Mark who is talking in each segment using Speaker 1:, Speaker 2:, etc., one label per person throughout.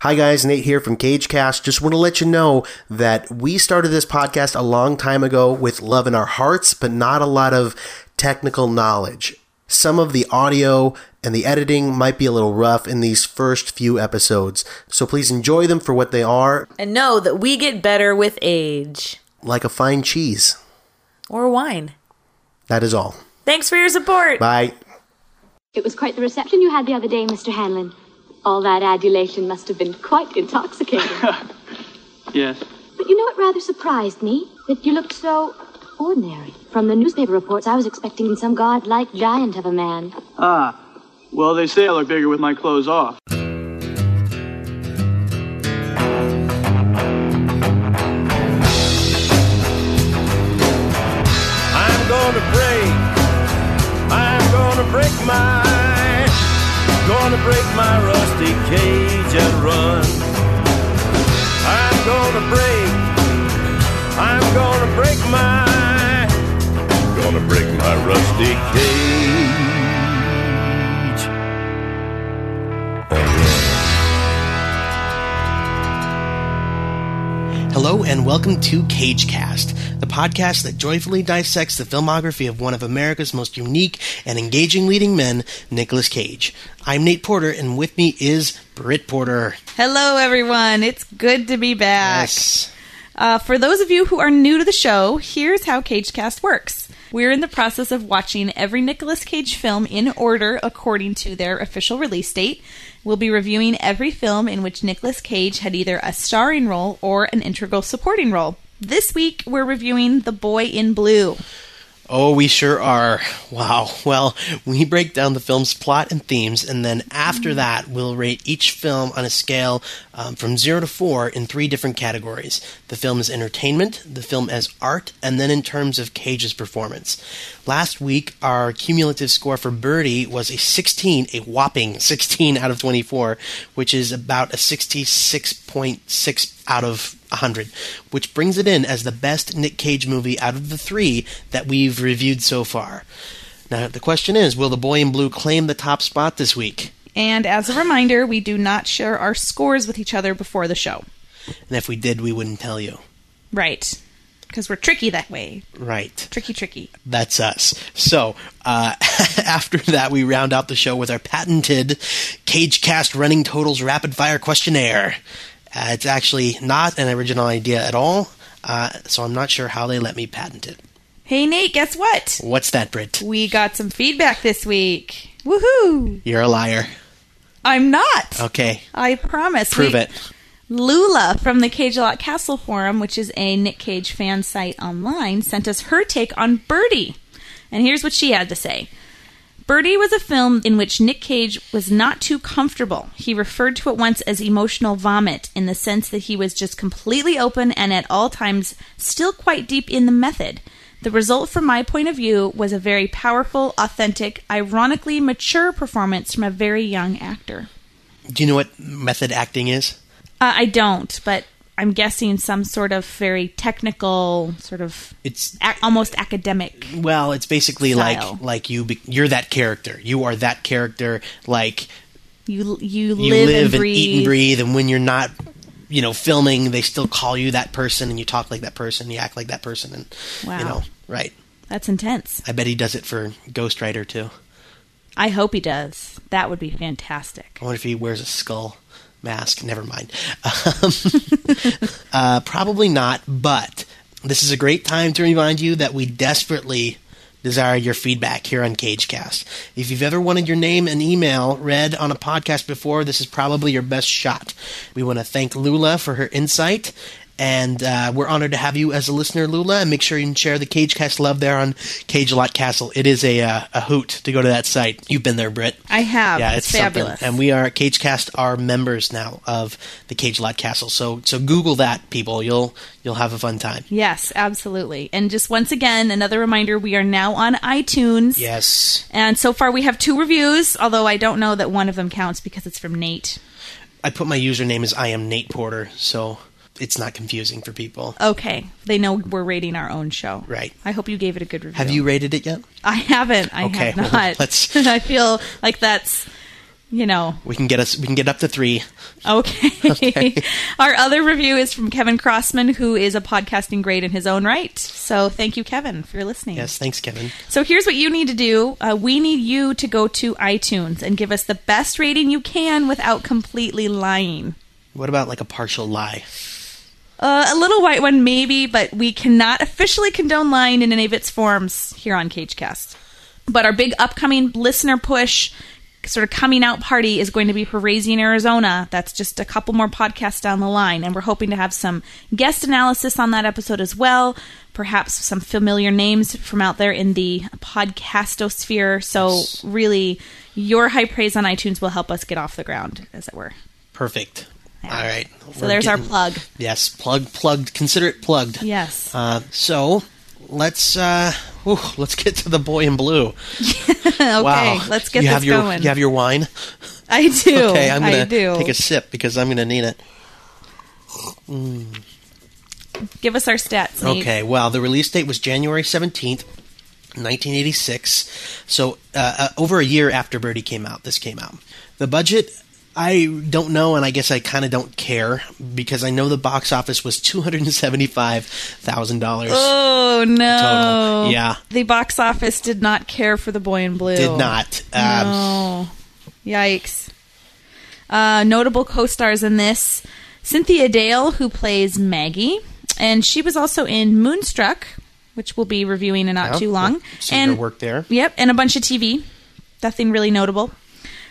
Speaker 1: Hi, guys. Nate here from Cagecast. Just want to let you know that we started this podcast a long time ago with love in our hearts, but not a lot of technical knowledge. Some of the audio and the editing might be a little rough in these first few episodes, so please enjoy them for what they are,
Speaker 2: And know that we get better with age
Speaker 1: like a fine cheese.
Speaker 2: or wine.
Speaker 1: That is all.
Speaker 2: Thanks for your support.
Speaker 1: Bye.
Speaker 3: It was quite the reception you had the other day, Mr. Hanlon. All that adulation must have been quite intoxicating.
Speaker 4: Yes.
Speaker 3: but you know what rather surprised me? That you looked so ordinary. From the newspaper reports, I was expecting some godlike giant of a man.
Speaker 4: Ah. Well, they say I look bigger with my clothes off.
Speaker 5: I'm gonna break. I'm gonna break my. Gonna break my rusty cage and run. I'm gonna break. I'm gonna break my. Gonna break my rusty cage. and run.
Speaker 6: Hello and welcome to Cagecast, the podcast that joyfully dissects the filmography of one of America's most unique and engaging leading men, Nicolas Cage. I'm Nate Porter, and with me is Britt Porter.
Speaker 7: Hello, everyone. It's good to be back.
Speaker 6: Yes.
Speaker 7: Uh, for those of you who are new to the show, here's how CageCast works. We're in the process of watching every Nicolas Cage film in order according to their official release date. We'll be reviewing every film in which Nicolas Cage had either a starring role or an integral supporting role. This week, we're reviewing The Boy in Blue.
Speaker 6: Oh, we sure are. Wow. Well, we break down the film's plot and themes, and then after that, we'll rate each film on a scale um, from 0 to 4 in three different categories the film as entertainment, the film as art, and then in terms of Cage's performance. Last week, our cumulative score for Birdie was a 16, a whopping 16 out of 24, which is about a 66.6 out of 100, which brings it in as the best Nick Cage movie out of the three that we've reviewed so far. Now, the question is will The Boy in Blue claim the top spot this week?
Speaker 7: And as a reminder, we do not share our scores with each other before the show.
Speaker 6: And if we did, we wouldn't tell you.
Speaker 7: Right. Because we're tricky that way.
Speaker 6: Right.
Speaker 7: Tricky, tricky.
Speaker 6: That's us. So, uh, after that, we round out the show with our patented Cage Cast Running Totals Rapid Fire Questionnaire. Uh, it's actually not an original idea at all, uh, so I'm not sure how they let me patent it.
Speaker 7: Hey, Nate, guess what?
Speaker 6: What's that, Britt?
Speaker 7: We got some feedback this week. Woohoo!
Speaker 6: You're a liar.
Speaker 7: I'm not.
Speaker 6: Okay,
Speaker 7: I promise.
Speaker 6: Uh, prove
Speaker 7: We-
Speaker 6: it.
Speaker 7: Lula from the Cage a Lot Castle Forum, which is a Nick Cage fan site online, sent us her take on Birdie. And here's what she had to say. Birdie was a film in which Nick Cage was not too comfortable. He referred to it once as emotional vomit in the sense that he was just completely open and at all times still quite deep in the method. The result, from my point of view, was a very powerful, authentic, ironically mature performance from a very young actor.
Speaker 6: Do you know what method acting is?
Speaker 7: Uh, I don't, but I'm guessing some sort of very technical, sort of
Speaker 6: It's
Speaker 7: ac almost academic.
Speaker 6: well, it's basically
Speaker 7: Style.
Speaker 6: like like you be, you're that character. You are that character. Like
Speaker 7: You
Speaker 6: you
Speaker 7: you, live,
Speaker 6: live,
Speaker 7: and, breathe.
Speaker 6: eat and breathe, and when you're not, you know, filming, they still call you that person, and you talk like that person, you act like that person, and
Speaker 7: Wow.
Speaker 6: you know, right?
Speaker 7: That's intense.
Speaker 6: I bet he does it for Ghost Rider too.
Speaker 7: I hope he does. That would be fantastic.
Speaker 6: I wonder if he wears a skull mask. Never mind. Um, uh, probably not, but this is a great time to remind you that we desperately desire your feedback here on Cagecast. If you've ever wanted your name and email read on a podcast before, this is probably your best shot. We want to thank Lula for her insight. And uh, we're honored to have you as a listener, Lula. And make sure you share the Cagecast love there on Cage a Lot Castle. It is a, uh, a hoot to go to that site. You've been there, Britt.
Speaker 7: I have.
Speaker 6: Yeah,
Speaker 7: It's
Speaker 6: it's,
Speaker 7: fabulous.
Speaker 6: something. And we are CageCast are members now of the Cage Lot Castle. So so Google that, people. You'll you'll have a fun time.
Speaker 7: Yes, absolutely. And just once again, another reminder: we are now on iTunes.
Speaker 6: Yes,
Speaker 7: And so far, we have two reviews. Although I don't know that one of them counts because it's from Nate.
Speaker 6: I put my username as I am Nate Porter, so it's not confusing for people.
Speaker 7: Okay, they know we're rating our own show.
Speaker 6: Right.
Speaker 7: I hope you gave it a good review.
Speaker 6: Have you rated it yet?
Speaker 7: I haven't. I
Speaker 6: Okay,
Speaker 7: have
Speaker 6: well,
Speaker 7: not.
Speaker 6: let's-
Speaker 7: I feel like that's you know,
Speaker 6: We can get us. We can get up to three.
Speaker 7: Okay. Our other review is from Kevin Crossman, who is a podcasting great in his own right. So thank you, Kevin, for listening.
Speaker 6: Yes, thanks, Kevin.
Speaker 7: So here's what you need to do uh, we need you to go to iTunes and give us the best rating you can without completely lying.
Speaker 6: What about like a partial lie?
Speaker 7: Uh, a little white one, maybe, but we cannot officially condone lying in any of its forms here on Cagecast. But our big upcoming listener push, sort of coming out party, is going to be for Raising Arizona. That's just a couple more podcasts down the line, and we're hoping to have some guest analysis on that episode as well. Perhaps some familiar names from out there in the podcastosphere. So, really, your high praise on iTunes will help us get off the ground, as it were.
Speaker 6: Perfect. All right.
Speaker 7: So
Speaker 6: We're
Speaker 7: there's our
Speaker 6: getting-
Speaker 7: plug.
Speaker 6: Yes, plug, plugged. Consider it plugged.
Speaker 7: Yes.
Speaker 6: Uh, so let's uh, whew, let's get to the boy in blue.
Speaker 7: okay,
Speaker 6: Uh, wow.
Speaker 7: let's get
Speaker 6: you
Speaker 7: this
Speaker 6: have your,
Speaker 7: going.
Speaker 6: You have your wine.
Speaker 7: I do.
Speaker 6: Okay, I'm gonna
Speaker 7: I do.
Speaker 6: take a sip because I'm gonna need it.
Speaker 7: Give us our stats. Nate.
Speaker 6: Okay, well, the release date was January 17th, 1986. So, uh, uh, over a year after Birdie came out, this came out. The budget, I don't know, and I guess I kind of don't care because I know the box office was $275,000.
Speaker 7: Oh no!
Speaker 6: Total. Yeah.
Speaker 7: the box office did not care for the boy in blue.
Speaker 6: Did not. Um,
Speaker 7: no. Yikes. Uh, notable co-stars in this: Cynthia Dale, who plays Maggie, and she was also in Moonstruck, which we'll be reviewing in not
Speaker 6: Yeah,
Speaker 7: too long.
Speaker 6: we'll see
Speaker 7: and
Speaker 6: Oh, her work there.
Speaker 7: Yep, and a bunch of TV. Nothing really notable.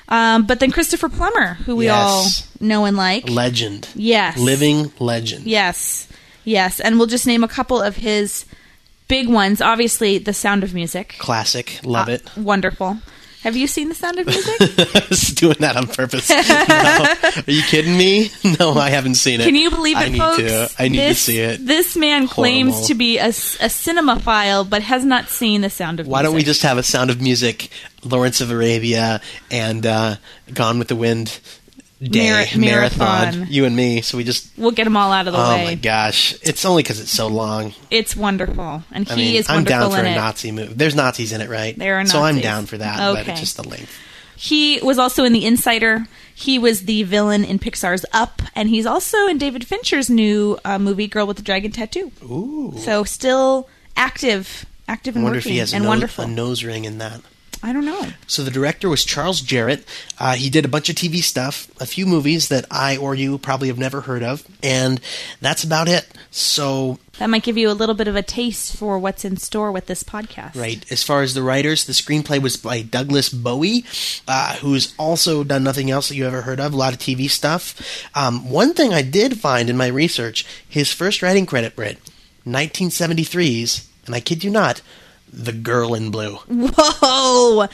Speaker 7: Um, but then Christopher Plummer, who we
Speaker 6: Yes.
Speaker 7: all know and like.
Speaker 6: Legend.
Speaker 7: Yes.
Speaker 6: Living legend.
Speaker 7: Yes. Yes. And we'll just name a couple of his big ones. Obviously, The Sound of Music. Uh,
Speaker 6: Classic. Love it.
Speaker 7: Wonderful. Have you seen The Sound of Music?
Speaker 6: I was doing that on purpose. No. Are you kidding me? No, I haven't seen it.
Speaker 7: Can you believe it,
Speaker 6: I need
Speaker 7: folks?
Speaker 6: to. I need
Speaker 7: this,
Speaker 6: to see it.
Speaker 7: This man claims
Speaker 6: Horrible.
Speaker 7: to be a, s- a cinemaphile, but has not seen The Sound of
Speaker 6: Why
Speaker 7: Music.
Speaker 6: don't we just have a Sound of Music, Lawrence of Arabia, and uh, Gone with the Wind day
Speaker 7: Mara- marathon.
Speaker 6: You and me. So we just.
Speaker 7: We'll get them all out of the
Speaker 6: Oh
Speaker 7: way.
Speaker 6: my gosh! It's only because it's so long.
Speaker 7: It's wonderful, and he
Speaker 6: I mean,
Speaker 7: is
Speaker 6: I'm
Speaker 7: wonderful
Speaker 6: down for
Speaker 7: in
Speaker 6: a
Speaker 7: it.
Speaker 6: Nazi movie. There's Nazis in it, right?
Speaker 7: There are
Speaker 6: so I'm
Speaker 7: Nazis.
Speaker 6: down for that. But
Speaker 7: Okay.
Speaker 6: it's just the length.
Speaker 7: He was also in The Insider. He was the villain in Pixar's Up, and he's also in David Fincher's new uh, movie, Girl with the Dragon Tattoo. Ooh! So still active, active
Speaker 6: I
Speaker 7: and
Speaker 6: wonder if
Speaker 7: working,
Speaker 6: he has a,
Speaker 7: and
Speaker 6: nose,
Speaker 7: wonderful.
Speaker 6: a nose ring in that.
Speaker 7: I don't know.
Speaker 6: So the director was Charles Jarrett. Uh, he did a bunch of TV stuff, a few movies that I or you probably have never heard of, and that's about it. So
Speaker 7: That might give you a little bit of a taste for what's in store with this podcast.
Speaker 6: Right. As far as the writers, the screenplay was by Douglas Bowie, uh, who's also done nothing else that you ever heard of, a lot of TV stuff. Um, one thing I did find in my research, his first writing credit, Brit, 1973's, and I kid you not, The Girl in Blue.
Speaker 7: Whoa!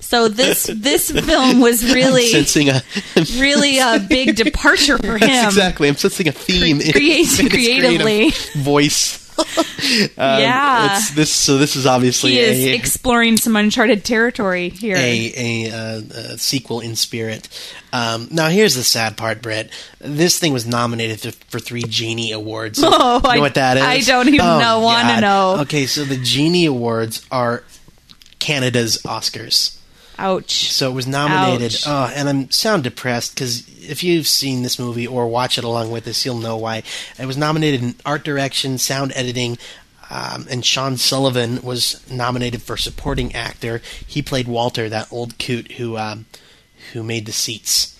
Speaker 7: So this this film was really
Speaker 6: sensing a
Speaker 7: really a big departure for him.
Speaker 6: That's exactly. I'm sensing a theme in-
Speaker 7: Create-
Speaker 6: in his
Speaker 7: creatively.
Speaker 6: creative voice. Um,
Speaker 7: Yeah.
Speaker 6: it's this. So this is obviously
Speaker 7: He is
Speaker 6: a,
Speaker 7: exploring some uncharted territory here.
Speaker 6: a, a, uh, uh sequel in spirit. Um, now, here's the sad part, Brett. This thing was nominated th- for three Genie Awards. So
Speaker 7: Oh,
Speaker 6: you know
Speaker 7: I-
Speaker 6: what that is? Oh,
Speaker 7: I don't even know-
Speaker 6: God.
Speaker 7: wanna know.
Speaker 6: Okay, so the Genie Awards are Canada's Oscars.
Speaker 7: Ouch!
Speaker 6: So it was nominated.
Speaker 7: Ouch.
Speaker 6: Oh, and I'm sound depressed because if you've seen this movie or watch it along with us, you'll know why. It was nominated in art direction, sound editing, um, and Sean Sullivan was nominated for supporting actor. He played Walter, that old coot who um, who made the seats.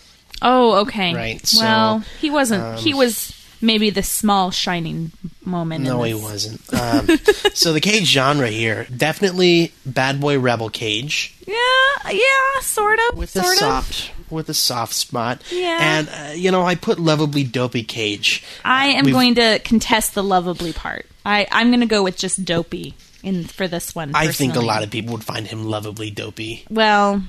Speaker 7: Oh, okay.
Speaker 6: Right,
Speaker 7: Well,
Speaker 6: so, um,
Speaker 7: he wasn't. he was maybe the small shining moment.
Speaker 6: No,
Speaker 7: in
Speaker 6: he
Speaker 7: this.
Speaker 6: wasn't. Um, so the cage genre here definitely bad boy rebel cage.
Speaker 7: Yeah, yeah, sort of.
Speaker 6: with
Speaker 7: sort
Speaker 6: a
Speaker 7: of.
Speaker 6: soft with a soft spot.
Speaker 7: Yeah.
Speaker 6: And uh, you know, I put lovably dopey cage.
Speaker 7: I am
Speaker 6: We've-
Speaker 7: going to contest the lovably part. I I'm going to go with just dopey in for this one.
Speaker 6: I think a
Speaker 7: personally.
Speaker 6: lot of people would find him lovably dopey.
Speaker 7: Well,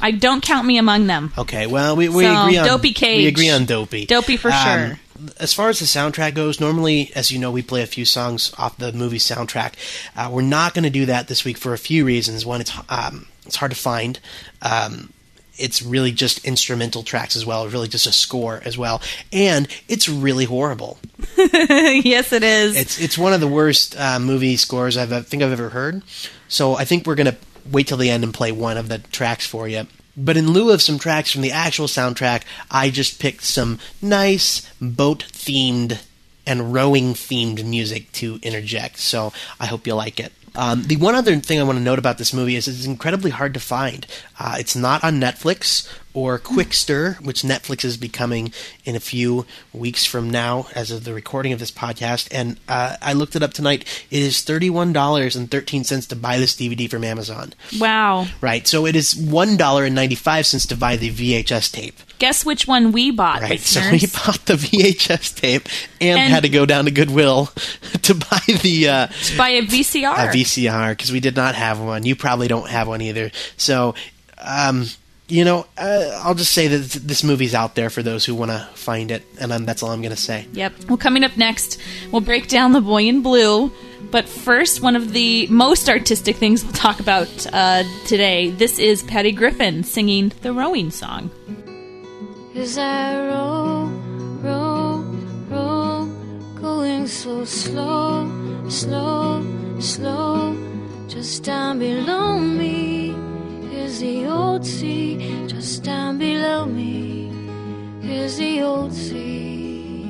Speaker 7: I don't count me among them.
Speaker 6: Okay, well we, we
Speaker 7: Mm. So,
Speaker 6: agree on
Speaker 7: dopey cage.
Speaker 6: We agree on dopey. Um,
Speaker 7: Dopey for sure.
Speaker 6: As far as the soundtrack goes, normally, as you know, we play a few songs off the movie soundtrack. Uh, we're not going to do that this week for a few reasons. One, it's um, it's hard to find. Um, it's really just instrumental tracks as well, really just a score as well, and it's really horrible.
Speaker 7: yes, it is.
Speaker 6: It's it's one of the worst uh, movie scores I've I think I've ever heard. So I think we're gonna wait till the end and play one of the tracks for you. But in lieu of some tracks from the actual soundtrack, I just picked some nice boat themed and rowing themed music to interject. So I hope you like it. Um, the one other thing I want to note about this movie is it's incredibly hard to find. Uh, it's not on Netflix or Quickster, which Netflix is becoming in a few weeks from now as of the recording of this podcast. And uh, I looked it up tonight. It is $31.13 to buy this DVD from Amazon.
Speaker 7: Wow.
Speaker 6: Right. So it is one dollar and ninety five cents to buy the VHS tape.
Speaker 7: Guess which one we bought,
Speaker 6: Right. So
Speaker 7: listeners.
Speaker 6: we bought the VHS tape and,
Speaker 7: And-
Speaker 6: had to go down to Goodwill to buy the uh,
Speaker 7: By a VCR.
Speaker 6: a VCR because we did not have one. You probably don't have one either. So, um, you know, uh, I'll just say that th- this movie's out there for those who want to find it, and um, that's all I'm going to say.
Speaker 7: Yep. Well, coming up next, we'll break down The Boy in Blue. But first, one of the most artistic things we'll talk about uh, today. This is Patty Griffin singing the rowing song.
Speaker 8: As I row, row, row, going so slow, slow, slow. Just down below me is the old sea. Just down below me is the old sea.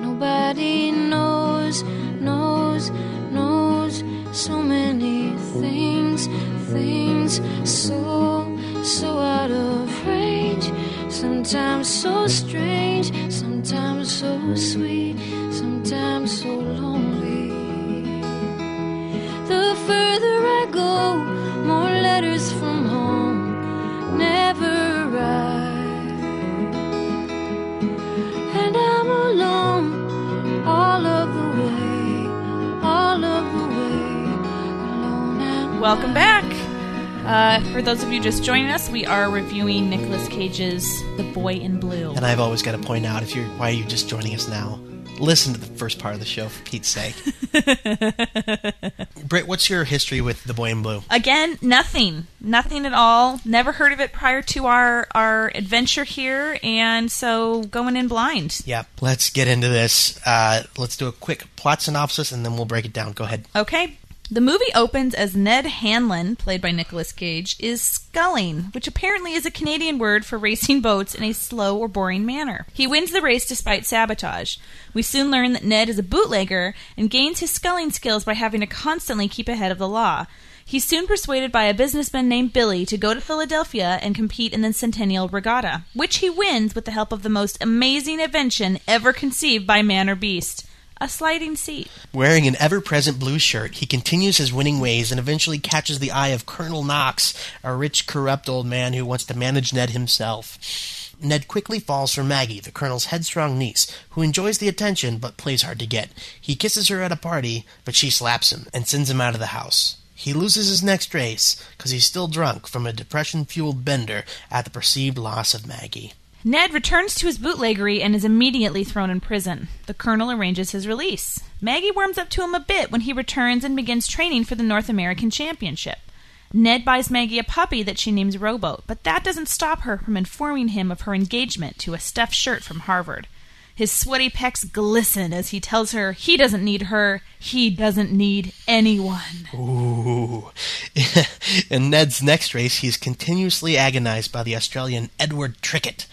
Speaker 8: Nobody knows, knows, knows so many things, things so, so out of range. Sometimes so strange, sometimes so sweet, sometimes so lonely. The further I go, more letters from home never arrive. And I'm alone all of the way, all of the way, alone and
Speaker 7: Welcome back. Uh, for those of you just joining us, we are reviewing Nicolas Cage's The Boy in Blue.
Speaker 6: And I've always got to point out if you're why are you just joining us now? Listen to the first part of the show for Pete's sake. Britt, what's your history with The Boy in Blue?
Speaker 7: Again, nothing, nothing at all. Never heard of it prior to our our adventure here, and so going in blind.
Speaker 6: Yep. Let's get into this. Uh, let's do a quick plot synopsis and then we'll break it down. Go ahead.
Speaker 7: Okay. The movie opens as Ned Hanlon, played by Nicolas Cage, is sculling, which apparently is a Canadian word for racing boats in a slow or boring manner. He wins the race despite sabotage. We soon learn that Ned is a bootlegger and gains his sculling skills by having to constantly keep ahead of the law. He's soon persuaded by a businessman named Billy to go to Philadelphia and compete in the Centennial Regatta, which he wins with the help of the most amazing invention ever conceived by man or beast a sliding seat.
Speaker 6: Wearing an ever present blue shirt, he continues his winning ways and eventually catches the eye of Colonel Knox, a rich, corrupt old man who wants to manage Ned himself. Ned quickly falls for Maggie, the Colonel's headstrong niece, who enjoys the attention but plays hard to get. He kisses her at a party, but she slaps him and sends him out of the house. He loses his next race because he's still drunk from a depression fueled bender at the perceived loss of Maggie.
Speaker 7: Ned returns to his bootleggery and is immediately thrown in prison. The colonel arranges his release. Maggie warms up to him a bit when he returns and begins training for the North American Championship. Ned buys Maggie a puppy that she names Rowboat, but that doesn't stop her from informing him of her engagement to a stuffed shirt from Harvard. His sweaty pecs glisten as he tells her he doesn't need her, he doesn't need anyone.
Speaker 6: Ooh. In Ned's next race, he's continuously agonized by the Australian Edward Trickett.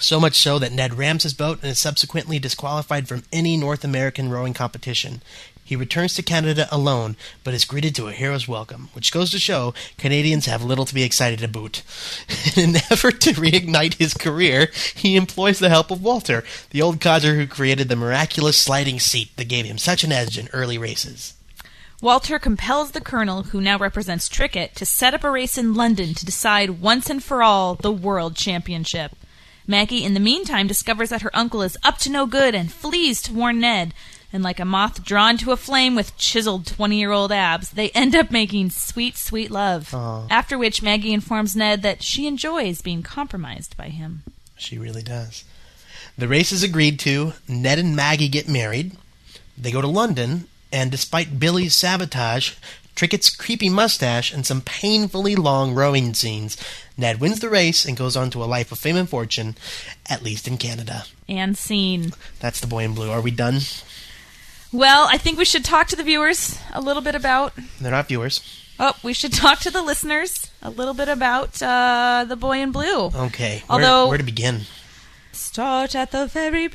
Speaker 6: So much so that Ned rams his boat and is subsequently disqualified from any North American rowing competition. He returns to Canada alone, but is greeted to a hero's welcome, which goes to show Canadians have little to be excited about. In an effort to reignite his career, he employs the help of Walter, the old codger who created the miraculous sliding seat that gave him such an edge in early races.
Speaker 7: Walter compels the colonel, who now represents Trickett, to set up a race in London to decide once and for all the world championship. Maggie, in the meantime, discovers that her uncle is up to no good and flees to warn Ned. And like a moth drawn to a flame with chiseled 20 year old abs, they end up making sweet, sweet love. After which, Maggie informs Ned that she enjoys being compromised by him.
Speaker 6: She really does. The race is agreed to. Ned and Maggie get married. They go to London, and despite Billy's sabotage, Trickett's creepy mustache, and some painfully long rowing scenes, Ned wins the race and goes on to a life of fame and fortune, at least in Canada.
Speaker 7: And scene.
Speaker 6: That's the boy in blue. Are we done?
Speaker 7: Well, I think we should talk to the viewers a little bit about.
Speaker 6: They're not viewers.
Speaker 7: Oh, we should talk to the listeners a little bit about uh, the boy in blue.
Speaker 6: Okay.
Speaker 7: Although-
Speaker 6: where, where to begin?
Speaker 7: Start at the very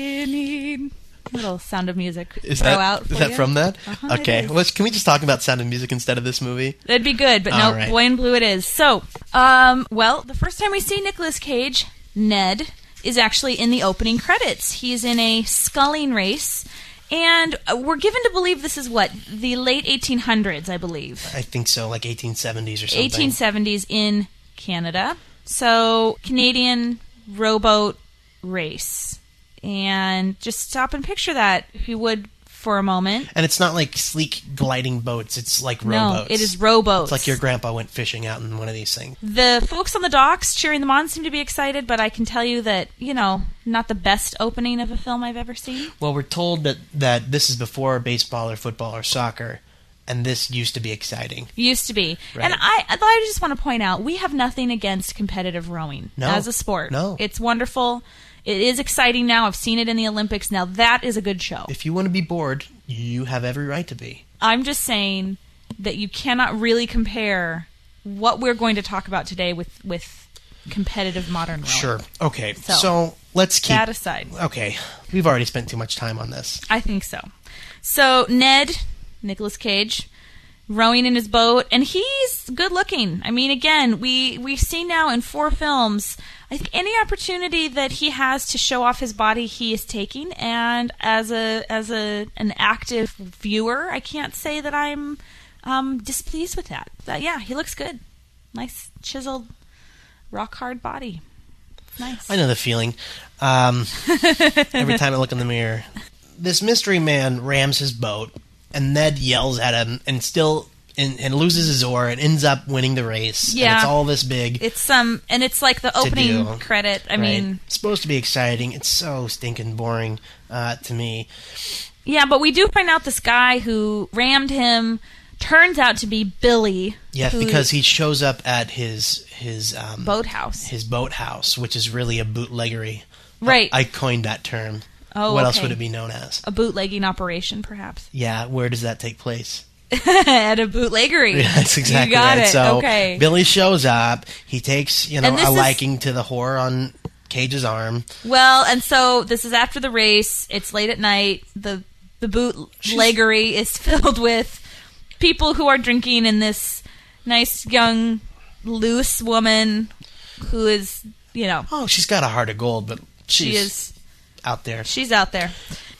Speaker 7: beginning. Little sound of music.
Speaker 6: Is
Speaker 7: throw
Speaker 6: that,
Speaker 7: out
Speaker 6: is
Speaker 7: for
Speaker 6: that
Speaker 7: you.
Speaker 6: from that?
Speaker 7: Uh-huh, it
Speaker 6: okay.
Speaker 7: is.
Speaker 6: Let's can we just talk about sound and music instead of this movie?
Speaker 7: That'd be good, but
Speaker 6: All
Speaker 7: no,
Speaker 6: right.
Speaker 7: boy in blue it is. So, um, well, the first time we see Nicolas Cage, Ned, is actually in the opening credits. He's in a sculling race, and uh, we're given to believe this is what? The late 1800s, I believe.
Speaker 6: I think so, like 1870s or something.
Speaker 7: 1870s in Canada. So, Canadian rowboat race. And just stop and picture that, if you would, for a moment.
Speaker 6: And it's not like sleek gliding boats. It's like
Speaker 7: No,
Speaker 6: rowboats.
Speaker 7: it is rowboats. Mm-hmm.
Speaker 6: It's like your grandpa went fishing out in one of these things.
Speaker 7: The folks on the docks cheering them on seem to be excited, but I can tell you that, you know, not the best opening of a film I've ever seen.
Speaker 6: Well, we're told that that this is before baseball or football or soccer, and this used to be exciting.
Speaker 7: Used to be.
Speaker 6: Right.
Speaker 7: And I I just want to point out we have nothing against competitive rowing
Speaker 6: No.
Speaker 7: as a sport.
Speaker 6: No.
Speaker 7: It's wonderful. It is exciting now. I've seen it in the Olympics. Now that is a good show.
Speaker 6: If you want to be bored, you have every right to be.
Speaker 7: I'm just saying that you cannot really compare what we're going to talk about today with with competitive modern rowing.
Speaker 6: Sure. Okay. So,
Speaker 7: So-
Speaker 6: let's keep
Speaker 7: That aside.
Speaker 6: Okay. We've already spent too much time on this.
Speaker 7: I think so. So Ned, Nicolas Cage, rowing in his boat, and he's good looking. I mean, again, we we've seen now in four films. I think any opportunity that he has to show off his body, he is taking. And as a as a an active viewer, I can't say that I'm um, displeased with that. But yeah, he looks good. Nice chiseled, rock hard body. It's nice.
Speaker 6: I know the feeling. Um, every time I look in the mirror, this mystery man rams his boat, and Ned yells at him, and still and, and loses his oar, and ends up winning the race. and
Speaker 7: Yeah.
Speaker 6: it's all this big.
Speaker 7: It's um, and it's like the
Speaker 6: do.
Speaker 7: opening credit. I
Speaker 6: right?
Speaker 7: mean.
Speaker 6: It's supposed to be exciting. It's so stinking boring uh, to me.
Speaker 7: Yeah, but we do find out this guy who rammed him turns out to be Billy.
Speaker 6: Yeah,
Speaker 7: who-
Speaker 6: because he shows up at his his um,
Speaker 7: boathouse.
Speaker 6: his boathouse, which is really a bootleggery.
Speaker 7: Right.
Speaker 6: I coined that term.
Speaker 7: Oh,
Speaker 6: what else
Speaker 7: okay.
Speaker 6: would it be known as?
Speaker 7: a bootlegging operation, perhaps
Speaker 6: Yeah, where does that take place?
Speaker 7: at a bootleggery.
Speaker 6: Yeah, That's exactly
Speaker 7: you got
Speaker 6: right.
Speaker 7: it.
Speaker 6: So
Speaker 7: okay,
Speaker 6: Billy shows up. He takes you know
Speaker 7: And this
Speaker 6: a
Speaker 7: is-
Speaker 6: liking to the whore on Cage's arm.
Speaker 7: well, and so this is after the race. It's late at night. the The bootleggery is filled with people who are drinking, and this nice young loose woman who is, you know,
Speaker 6: Oh, she's got a heart of gold, but she's
Speaker 7: she is
Speaker 6: out there.
Speaker 7: She's out there.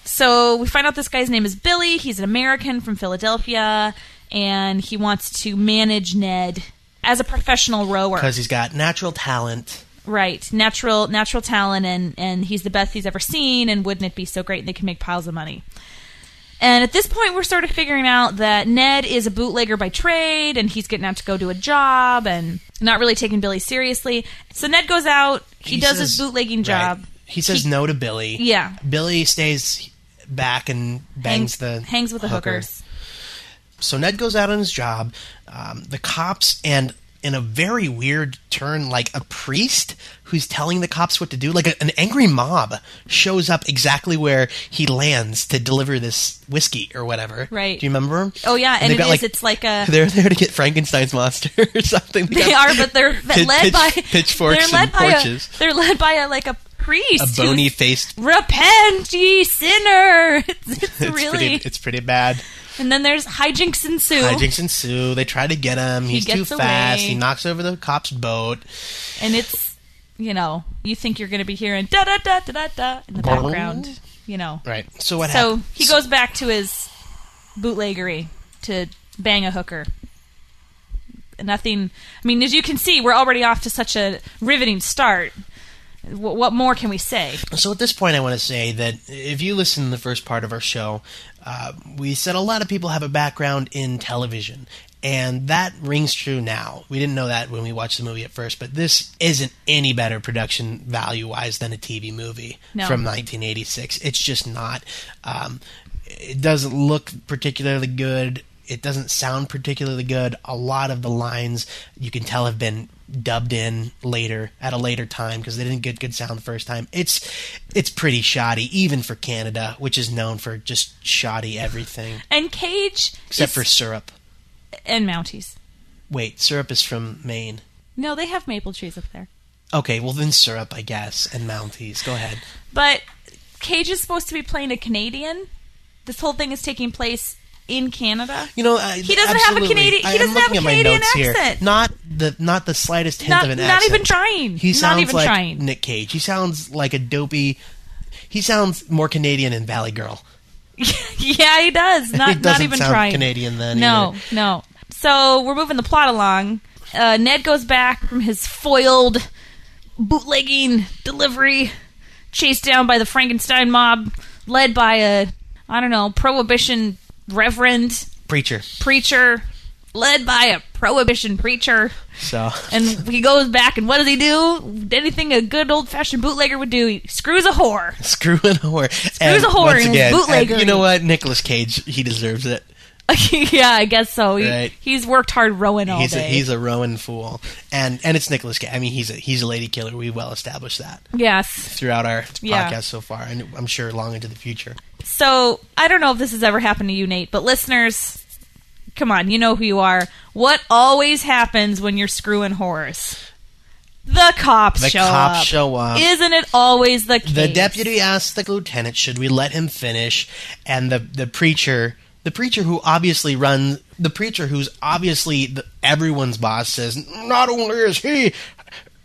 Speaker 7: So we find out this guy's name is Billy. He's an American from Philadelphia, and he wants to manage Ned as a professional rower.
Speaker 6: Because he's got natural talent.
Speaker 7: Right, natural natural talent, and and he's the best he's ever seen. And wouldn't it be so great? And they can make piles of money. And at this point, we're sort of figuring out that Ned is a bootlegger by trade, and he's getting out to go do a job, and not really taking Billy seriously. So Ned goes out. He, does his
Speaker 6: says-
Speaker 7: bootlegging
Speaker 6: right.
Speaker 7: job.
Speaker 6: He says
Speaker 7: He-
Speaker 6: no to Billy.
Speaker 7: Yeah.
Speaker 6: Billy stays back and bangs the
Speaker 7: hangs with the
Speaker 6: hooker.
Speaker 7: hookers.
Speaker 6: So Ned goes out on his job. Um, the cops and in a very weird turn, like a priest who's telling the cops what to do, like a, an angry mob shows up exactly where he lands to deliver this whiskey or whatever.
Speaker 7: Right.
Speaker 6: Do you remember him?
Speaker 7: Oh, yeah, and
Speaker 6: they've
Speaker 7: it is, it's like a-
Speaker 6: they're there to get Frankenstein's monster or something.
Speaker 7: They
Speaker 6: got
Speaker 7: are, but they're
Speaker 6: pit-
Speaker 7: led
Speaker 6: pitch-
Speaker 7: by
Speaker 6: pitchforks
Speaker 7: they're led
Speaker 6: and
Speaker 7: by
Speaker 6: torches.
Speaker 7: A, they're led by a, like a priest,
Speaker 6: A
Speaker 7: who's,
Speaker 6: bony faced.
Speaker 7: repent ye sinner. It's, it's
Speaker 6: It's
Speaker 7: really
Speaker 6: pretty. It's pretty bad.
Speaker 7: and then there's hijinks ensue,
Speaker 6: Hijinks ensue. They try to get him. He's too
Speaker 7: gets
Speaker 6: fast.
Speaker 7: away.
Speaker 6: He knocks over the cop's boat.
Speaker 7: and it's you know you think you're going to be hearing da da da da da da in the background, you know.
Speaker 6: Right. So what?
Speaker 7: So
Speaker 6: hap-
Speaker 7: he goes back to his bootleggery to bang a hooker. Nothing. I mean, as you can see, we're already off to such a riveting start. What, what more can we say?
Speaker 6: So at this point, I want to say that if you listen to the first part of our show, uh, we said a lot of people have a background in television, and that rings true now. We didn't know that when we watched the movie at first, but this isn't any better production value wise than a TV movie
Speaker 7: No.
Speaker 6: from 1986. It's just not. Um, it doesn't look particularly good. It doesn't sound particularly good. A lot of the lines you can tell have been dubbed in later at a later time because they didn't get good sound the first time. It's it's pretty shoddy even for Canada, which is known for just shoddy everything
Speaker 7: And Cage
Speaker 6: except
Speaker 7: is-
Speaker 6: for syrup.
Speaker 7: and Mounties.
Speaker 6: Wait, syrup is from Maine.
Speaker 7: No, they have maple trees up there.
Speaker 6: Okay, well then syrup, I guess, and Mounties. Go ahead.
Speaker 7: But Cage is supposed to be playing a Canadian. This whole thing is taking place in Canada.
Speaker 6: You know, I,
Speaker 7: He doesn't have a
Speaker 6: absolutely.
Speaker 7: Canadian- he
Speaker 6: I am
Speaker 7: doesn't have a
Speaker 6: looking at my
Speaker 7: Canadian
Speaker 6: notes here.
Speaker 7: accent.
Speaker 6: Not the not the slightest hint
Speaker 7: Not-
Speaker 6: of an
Speaker 7: not
Speaker 6: accent.
Speaker 7: even trying.
Speaker 6: He
Speaker 7: Not
Speaker 6: sounds
Speaker 7: even
Speaker 6: like
Speaker 7: trying.
Speaker 6: Nick Cage. He sounds like a dopey. He sounds more Canadian than Valley Girl.
Speaker 7: yeah, he does. Not
Speaker 6: doesn't
Speaker 7: not even
Speaker 6: sound
Speaker 7: trying.
Speaker 6: Canadian then
Speaker 7: No, no. So we're moving the plot along. Uh, Ned goes back from his foiled bootlegging delivery, chased down by the Frankenstein mob, led by a I don't know prohibition reverend
Speaker 6: Preacher.
Speaker 7: preacher, led by a prohibition preacher.
Speaker 6: So
Speaker 7: And he goes back, and what does he do? Anything a good old fashioned bootlegger would do, he screws a whore.
Speaker 6: screw and whore. Screws and
Speaker 7: a whore
Speaker 6: once
Speaker 7: and his
Speaker 6: again,
Speaker 7: bootleggery.
Speaker 6: and you know what? Nicolas Cage. He deserves it.
Speaker 7: yeah, I guess so. He,
Speaker 6: Right.
Speaker 7: He's worked hard rowing all
Speaker 6: He's a,
Speaker 7: day.
Speaker 6: he's a Rowan fool, and and it's Nicolas Cage. I mean, he's a he's a lady killer. We well established that
Speaker 7: yes.
Speaker 6: throughout our
Speaker 7: Yeah.
Speaker 6: podcast so far, and I'm sure long into the future.
Speaker 7: So I don't know if this has ever happened to you, Nate, but listeners, come on, you know who you are. What always happens when you're screwing whores? The cops
Speaker 6: The
Speaker 7: show
Speaker 6: cops
Speaker 7: up.
Speaker 6: show up.
Speaker 7: Isn't it always the case?
Speaker 6: The deputy asks the lieutenant, "Should we let him finish?" And the the preacher, the preacher who obviously runs, the preacher who's obviously the, everyone's boss, says, "Not only is he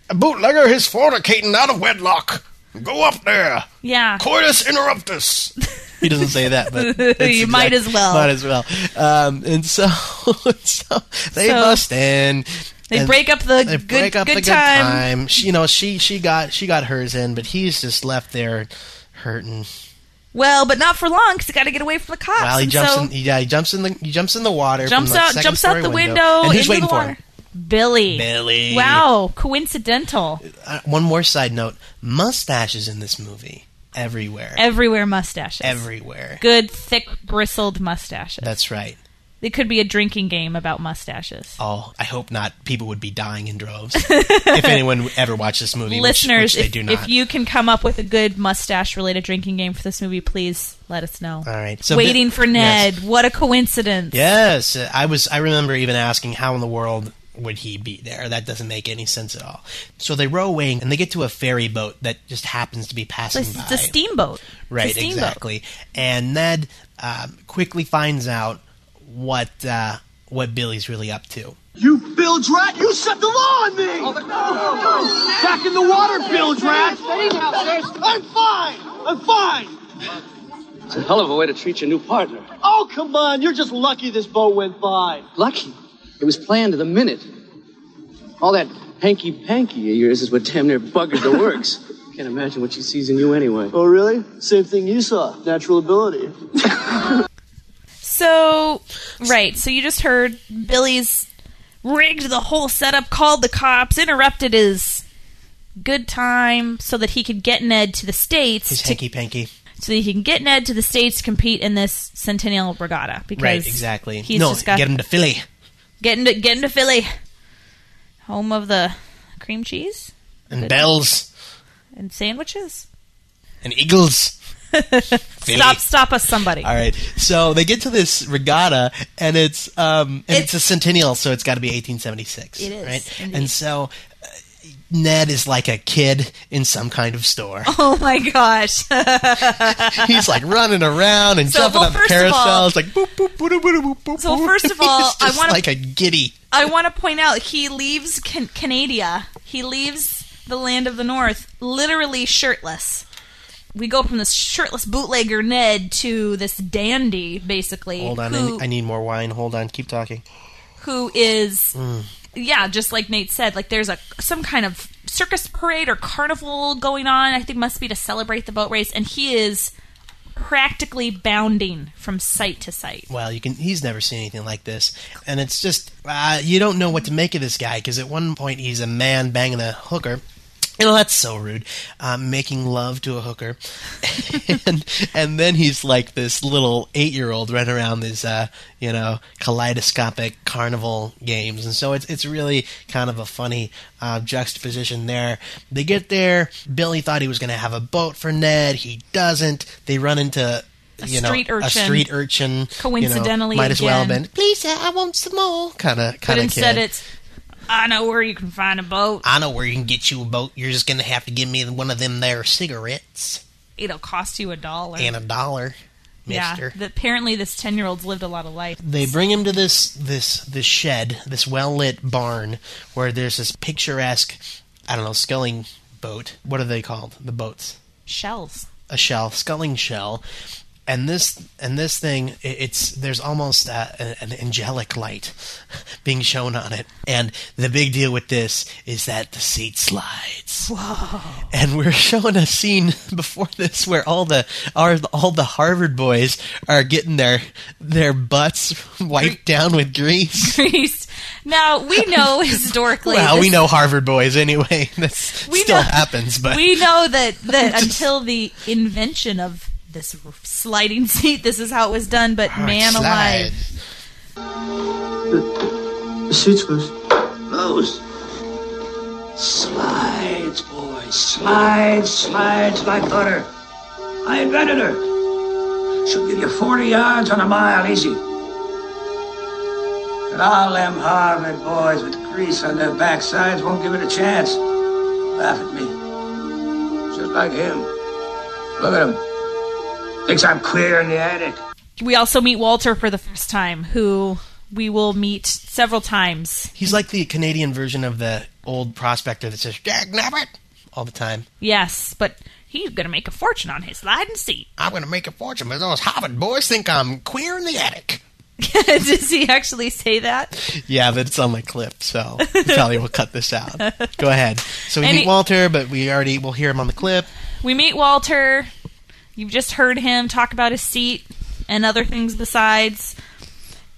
Speaker 6: a bootlegger, he's fornicating out of wedlock. Go up there,
Speaker 7: Yeah.
Speaker 6: coitus interruptus." He doesn't say that, but it's
Speaker 7: You might as well.
Speaker 6: Might as well. Um, and so, so they
Speaker 7: So-
Speaker 6: bust in.
Speaker 7: They
Speaker 6: and-
Speaker 7: break up the
Speaker 6: they
Speaker 7: good,
Speaker 6: break up
Speaker 7: good,
Speaker 6: the
Speaker 7: time.
Speaker 6: good time. She, you know, she she got she got hers in, but he's just left there hurting.
Speaker 7: Well, but not for long because he got to get away from the cops.
Speaker 6: Well, he
Speaker 7: Ah, and
Speaker 6: jumps
Speaker 7: so
Speaker 6: in. Yeah, he jumps in the he jumps in the water. from
Speaker 7: jumps
Speaker 6: the
Speaker 7: out,
Speaker 6: second
Speaker 7: jumps out
Speaker 6: story
Speaker 7: the window,
Speaker 6: and who's
Speaker 7: into
Speaker 6: waiting
Speaker 7: the
Speaker 6: for
Speaker 7: water.
Speaker 6: him?
Speaker 7: Billy.
Speaker 6: Billy.
Speaker 7: Wow, coincidental.
Speaker 6: Uh, one more side note: mustaches in this movie everywhere,
Speaker 7: Everywhere mustaches.
Speaker 6: everywhere.
Speaker 7: Good, thick, bristled mustaches.
Speaker 6: That's right.
Speaker 7: It could be a drinking game about mustaches.
Speaker 6: Oh, I hope not. People would be dying in droves if anyone ever watched this movie. which-
Speaker 7: Listeners,
Speaker 6: which, they
Speaker 7: if,
Speaker 6: do not.
Speaker 7: if you can come up with a good mustache related drinking game for this movie, please let us know.
Speaker 6: All right. So
Speaker 7: Waiting
Speaker 6: Bi-
Speaker 7: for Ned. What a coincidence.
Speaker 6: Yes, uh, I was. I remember even asking, "How in the world would he be there? That doesn't make any sense at all." So they row away and they get to a ferry boat that just happens to be passing
Speaker 7: It's,
Speaker 6: by.
Speaker 7: it's a steamboat. It's a
Speaker 6: right,
Speaker 7: steamboat.
Speaker 6: exactly. And Ned um, quickly finds out what uh, what Billy's really up to.
Speaker 4: You bilge rat, you set the law on me!
Speaker 9: Oh,
Speaker 4: Back in the water, bilge rat! I'm fine! I'm fine!
Speaker 10: It's a hell of a way to treat your new partner.
Speaker 4: Oh, come on, you're just lucky this boat went by.
Speaker 10: Lucky. It was planned to the minute. All that hanky panky of yours is what damn near buggered the works. Can't imagine what she sees in you anyway.
Speaker 4: Oh, really? Same thing you saw. Natural ability.
Speaker 7: So, right. So you just heard Billy's rigged the whole setup, called the cops, interrupted his good time so that he could get Ned to the
Speaker 6: His
Speaker 7: States to
Speaker 6: hanky panky.
Speaker 7: so that he can get Ned to the states to compete in this Centennial Regatta. Because
Speaker 6: Right, exactly.
Speaker 7: He's
Speaker 6: no,
Speaker 7: just got
Speaker 6: get him to Philly.
Speaker 7: getting to getting to Philly, home of the cream cheese
Speaker 6: And bells
Speaker 7: and sandwiches.
Speaker 6: and eagles. Philly.
Speaker 7: Stop! Stop us, somebody!
Speaker 6: All right. So they get to this regatta, and it's um, and it's,
Speaker 7: It's-
Speaker 6: a centennial, so it's got to be 1876.
Speaker 7: It is,
Speaker 6: right.
Speaker 7: indeed.
Speaker 6: And so uh, Ned is like a kid in some kind of store.
Speaker 7: Oh my gosh!
Speaker 6: He's like running around and
Speaker 7: So,
Speaker 6: jumping
Speaker 7: well,
Speaker 6: up
Speaker 7: first of
Speaker 6: carousels,
Speaker 7: all-
Speaker 6: like boop boop boop boop boop boop.
Speaker 7: So,
Speaker 6: boop.
Speaker 7: first of
Speaker 6: He's
Speaker 7: all, I
Speaker 6: just
Speaker 7: wanna-
Speaker 6: like a giddy.
Speaker 7: I want to point out he leaves can- Canada. He leaves the land of the North literally shirtless. We go from this shirtless bootlegger Ned to this dandy, basically.
Speaker 6: Hold on, I,
Speaker 7: who-
Speaker 6: ne- I need more wine. Hold on, keep talking.
Speaker 7: who is
Speaker 6: Mm.
Speaker 7: yeah just like nate said like there's a some kind of circus parade or carnival going on i think must be to celebrate the boat race and he is practically bounding from site to site
Speaker 6: Well, you can. He's never seen anything like this, and it's just uh, you don't know what to make of this guy because at one point he's a man banging a hooker. You know that's so rude, um, making love to a hooker, and and then he's like this little eight year old running around these uh, you know kaleidoscopic carnival games, and so it's it's really kind of a funny uh, juxtaposition there. They get there. Billy thought he was going to have a boat for Ned. He doesn't. They run into
Speaker 7: A
Speaker 6: you know,
Speaker 7: street
Speaker 6: a
Speaker 7: urchin.
Speaker 6: street urchin. you know,
Speaker 7: Coincidentally
Speaker 6: might as well have
Speaker 7: again.
Speaker 6: been. Please, sir, I want some more. Kind of,
Speaker 7: But
Speaker 6: kind of.
Speaker 7: instead,
Speaker 6: kid.
Speaker 7: it's I know where you can find a boat.
Speaker 6: I know where you can get you a boat. You're just gonna have to give me one of them there cigarettes
Speaker 7: It'll cost you a dollar.
Speaker 6: and a dollar, Mister.
Speaker 7: Uh, Yeah. the- apparently, this ten-year-old's lived a lot of life.
Speaker 6: they bring him to this this this shed, this well lit barn where there's this picturesque, I don't know, sculling boat. What are they called? The boats.
Speaker 7: Shells.
Speaker 6: a shell, sculling shell, and this and this thing, i- it's there's almost uh, an, an angelic light being shown on it. And the big deal with this is that the seat slides. Whoa! And we're showing a scene before this where all the our, all the Harvard boys are getting their their butts wiped down with grease.
Speaker 7: Greece. Now we know historically.
Speaker 6: Well,
Speaker 7: this-
Speaker 6: we know Harvard boys anyway. This
Speaker 7: we
Speaker 6: still
Speaker 7: know-
Speaker 6: happens, but
Speaker 7: we know that that until the invention of this sliding seat, this is how it was done. But man alive,
Speaker 6: Slides.
Speaker 4: The seat's loose. Loose. Slides, boys. Slides, slides like butter. I invented her. She'll give you 40 yards on a mile, easy. But all them Harvard boys with grease on their backsides won't give it a chance. Laugh at me. Just like him. Look at him. Thinks I'm queer in the attic.
Speaker 7: we also meet Walter for the first time, who we will meet several times.
Speaker 6: He's like the Canadian version of the old prospector that says "Jack Nabbit" all the time.
Speaker 7: Yes, but he's gonna make a fortune on his sliding seat.
Speaker 6: I'm going to make a fortune, but those Harvard boys think I'm queer in the attic.
Speaker 7: Does he actually say that?
Speaker 6: Yeah, but it's on my clip, so Kelly will cut this out. Go ahead. So we
Speaker 7: And
Speaker 6: meet
Speaker 7: he-
Speaker 6: Walter, but we already we'll hear him on the clip.
Speaker 7: We meet Walter. You've just heard him talk about his seat and other things besides.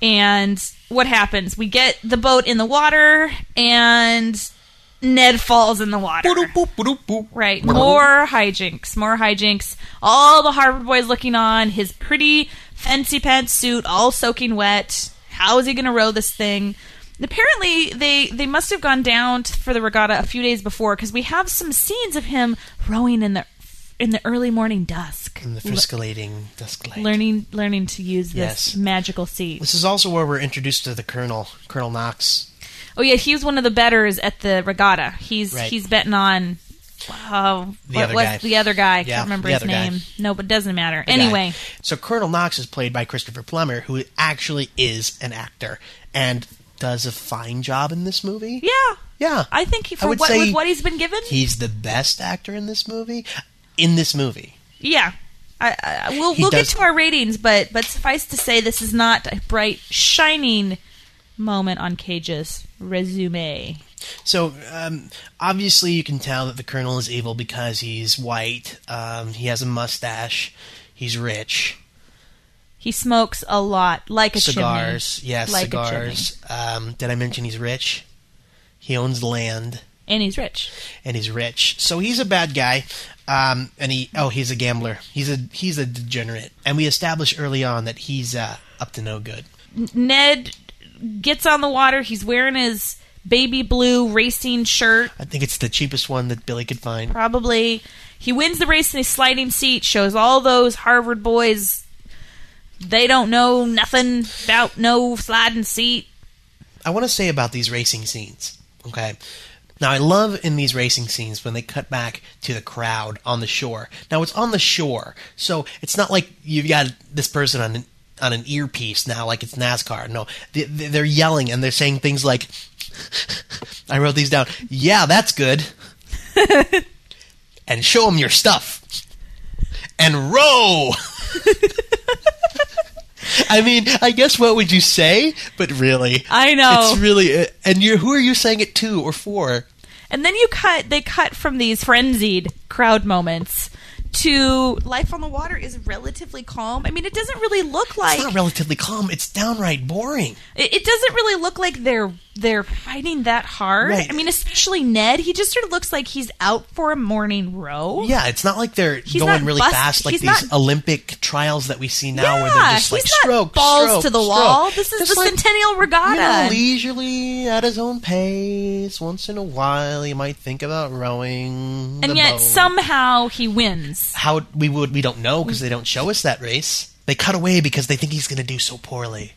Speaker 7: And what happens? We get the boat in the water, and Ned falls in the water. Right. More hijinks. More hijinks. All the Harvard boys looking on. His pretty fancy pants suit all soaking wet. How is he going to row this thing? Apparently, they they must have gone down t- for the regatta a few days before because we have some scenes of him rowing in the in the early morning dusk,
Speaker 6: In the frisculating dusk light.
Speaker 7: learning learning to use this
Speaker 6: Yes.
Speaker 7: magical seat.
Speaker 6: This is also where we're introduced to the Colonel, Colonel Knox.
Speaker 7: Oh yeah, he was one of the betters at the regatta. He's
Speaker 6: Right.
Speaker 7: he's betting on. Oh,
Speaker 6: The
Speaker 7: what
Speaker 6: other
Speaker 7: was
Speaker 6: guy.
Speaker 7: the other guy? I
Speaker 6: Yeah,
Speaker 7: can't remember
Speaker 6: the
Speaker 7: his
Speaker 6: other guy.
Speaker 7: name. No, but it doesn't matter.
Speaker 6: guy.
Speaker 7: Anyway,
Speaker 6: So Colonel Knox is played by Christopher Plummer, who actually is an actor and does a fine job in this movie.
Speaker 7: Yeah.
Speaker 6: Yeah.
Speaker 7: I think he,
Speaker 6: I
Speaker 7: for
Speaker 6: would
Speaker 7: what,
Speaker 6: say
Speaker 7: with what he's been given,
Speaker 6: He's the best actor in this movie. In this movie.
Speaker 7: yeah. I, I, we'll
Speaker 6: He
Speaker 7: we'll
Speaker 6: does-
Speaker 7: get to our ratings, but but suffice to say, this is not a bright shining moment on Cage's resume.
Speaker 6: So um, obviously, you can tell that the colonel is evil because he's white. Um, he has a mustache. He's rich.
Speaker 7: He smokes a lot, like a
Speaker 6: cigars,
Speaker 7: chimney.
Speaker 6: yes,
Speaker 7: like a chimney.
Speaker 6: cigars. Um, did I mention he's rich? He owns land
Speaker 7: and he's rich.
Speaker 6: and he's rich. So he's a bad guy. Um, and he oh he's a gambler. He's a he's a degenerate. And we establish early on that he's uh, up to no good.
Speaker 7: Ned gets on the water. He's wearing his baby blue racing shirt.
Speaker 6: I think it's the cheapest one that Billy could find.
Speaker 7: probably he wins the race in a sliding seat shows all those harvard boys they don't know nothing about no sliding seat
Speaker 6: I want to say about these racing scenes. Okay. Now, I love in these racing scenes when they cut back to the crowd on the shore. Now, it's on the shore, so it's not like you've got this person on an, on an earpiece now, like it's NASCAR. No, they, they- they're yelling and they're saying things like, I wrote these down. Yeah, that's good. and show them your stuff. And row. I mean, I guess what would you say? But really,
Speaker 7: I know.
Speaker 6: it's really. uh, And you, who are you saying it to or for?
Speaker 7: and then you cut they cut from these frenzied crowd moments to life on the water is relatively calm i mean it doesn't really look like
Speaker 6: It's not relatively calm. It's downright boring.
Speaker 7: it, it doesn't really look like they're they're fighting that hard
Speaker 6: Right.
Speaker 7: i mean especially ned he just sort of looks like he's out for a morning row
Speaker 6: Yeah, it's not like they're going
Speaker 7: not
Speaker 6: really
Speaker 7: bust-
Speaker 6: fast like
Speaker 7: he's
Speaker 6: these
Speaker 7: not-
Speaker 6: Olympic trials that we see now, where they're
Speaker 7: Yeah,
Speaker 6: just like
Speaker 7: he's not
Speaker 6: stroke,
Speaker 7: balls
Speaker 6: stroke,
Speaker 7: to the
Speaker 6: stroke.
Speaker 7: wall. This is
Speaker 6: Just
Speaker 7: the Centennial Regatta.
Speaker 6: you know, leisurely at his own pace. Once in a while, you might think about rowing. the
Speaker 7: and yet
Speaker 6: boat.
Speaker 7: somehow he wins
Speaker 6: how we would we don't know because they don't show us that race. They cut away because they think he's going to do so poorly.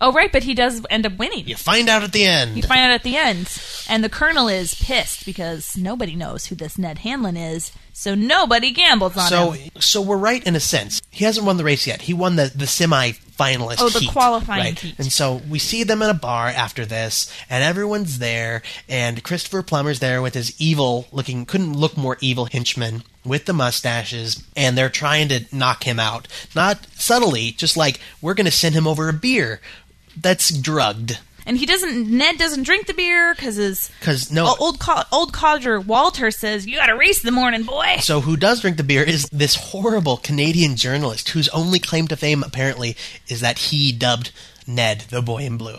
Speaker 7: Oh, right, but he does end up winning.
Speaker 6: You find out at the
Speaker 7: You
Speaker 6: end.
Speaker 7: find out at the end, and the colonel is pissed because nobody knows who this Ned Hanlon is, so nobody gambles on
Speaker 6: So,
Speaker 7: him.
Speaker 6: so we're right in a sense. He hasn't won the race yet. He won the, the semi finalist.
Speaker 7: Oh, the qualifying
Speaker 6: right?
Speaker 7: heat.
Speaker 6: And so we see them in a bar after this, and everyone's there, and Christopher Plummer's there with his evil looking, couldn't look more evil henchman with the mustaches, and they're trying to knock him out. Not subtly, just like, we're going to send him over a beer that's drugged.
Speaker 7: And he doesn't. Ned doesn't drink the beer because his
Speaker 6: 'Cause, no-
Speaker 7: o- old co- old codger Walter says you got to race in the morning, boy.
Speaker 6: So, who does drink the beer is this horrible Canadian journalist whose only claim to fame, apparently, is that he dubbed Ned the Boy in Blue.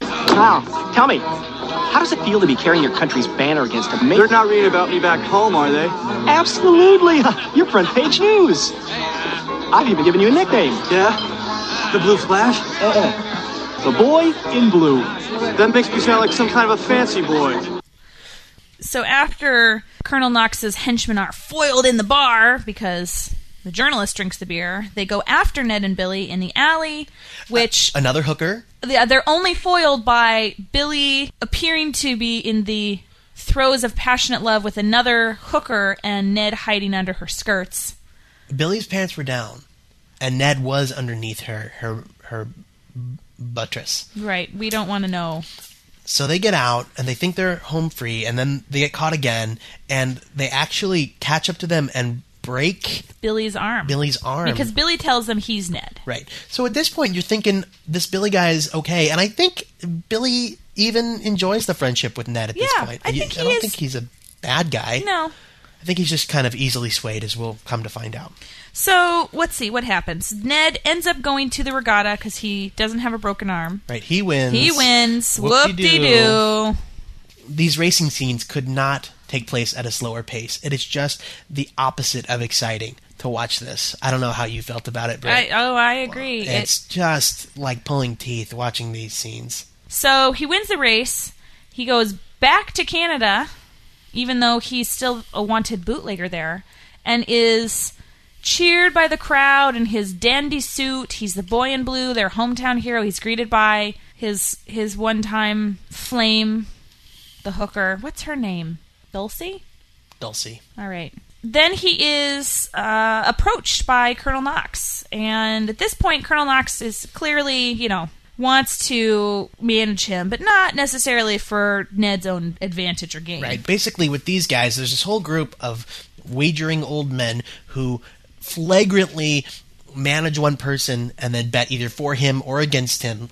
Speaker 10: Wow. Tell me, how does it feel to be carrying your country's banner against a
Speaker 11: They're
Speaker 10: major?
Speaker 11: not reading about me back home, are they?
Speaker 10: Absolutely. You're front page news. I've even given you a nickname,
Speaker 11: Yeah? The blue flash?
Speaker 4: Uh-uh.
Speaker 10: the boy in blue.
Speaker 11: That makes me sound like some kind of a fancy boy.
Speaker 7: So after Colonel Knox's henchmen are foiled in the bar because the journalist drinks the beer, they go after Ned and Billy in the alley, which
Speaker 6: Another hooker.
Speaker 7: they- they're only foiled by Billy appearing to be in the throes of passionate love with another hooker and Ned hiding under her skirts.
Speaker 6: Billy's pants were down, and Ned was underneath her her her buttress.
Speaker 7: Right, we don't want to know.
Speaker 6: So they get out and they think they're home free, and then they get caught again, and they actually catch up to them and break
Speaker 7: Billy's arm.
Speaker 6: Billy's arm.
Speaker 7: Because Billy tells them he's Ned.
Speaker 6: right. So at this point, you're thinking this Billy guy is okay, and I think Billy even enjoys the friendship with Ned at this
Speaker 7: Yeah,
Speaker 6: point.
Speaker 7: I
Speaker 6: You-
Speaker 7: think he
Speaker 6: don't
Speaker 7: is-
Speaker 6: think he's a bad guy.
Speaker 7: No.
Speaker 6: I think he's just kind of easily swayed, as we'll come to find out.
Speaker 7: So let's see what happens. Ned ends up going to the regatta because he doesn't have a broken arm.
Speaker 6: Right? He wins.
Speaker 7: He wins. Whoop
Speaker 6: Whoop-de-doo.
Speaker 7: de doo.
Speaker 6: these racing scenes could not take place at a slower pace. It is just the opposite of exciting to watch this. I don't know how you felt about it,
Speaker 7: I,
Speaker 6: but
Speaker 7: oh, I agree. It-
Speaker 6: it's just like pulling teeth watching these scenes.
Speaker 7: so he wins the race. He goes back to Canada, even though he's still a wanted bootlegger there, and is cheered by the crowd in his dandy suit. He's the boy in blue, their hometown hero. He's greeted by his his one time flame, the hooker. What's her name? Dulcie.
Speaker 6: Dulcie.
Speaker 7: All right. Then he is uh, approached by Colonel Knox, and at this point, Colonel Knox is clearly, you know, wants to manage him, but not necessarily for Ned's own advantage or gain.
Speaker 6: Right. Basically, with these guys, there's this whole group of wagering old men who flagrantly manage one person and then bet either for him or against him,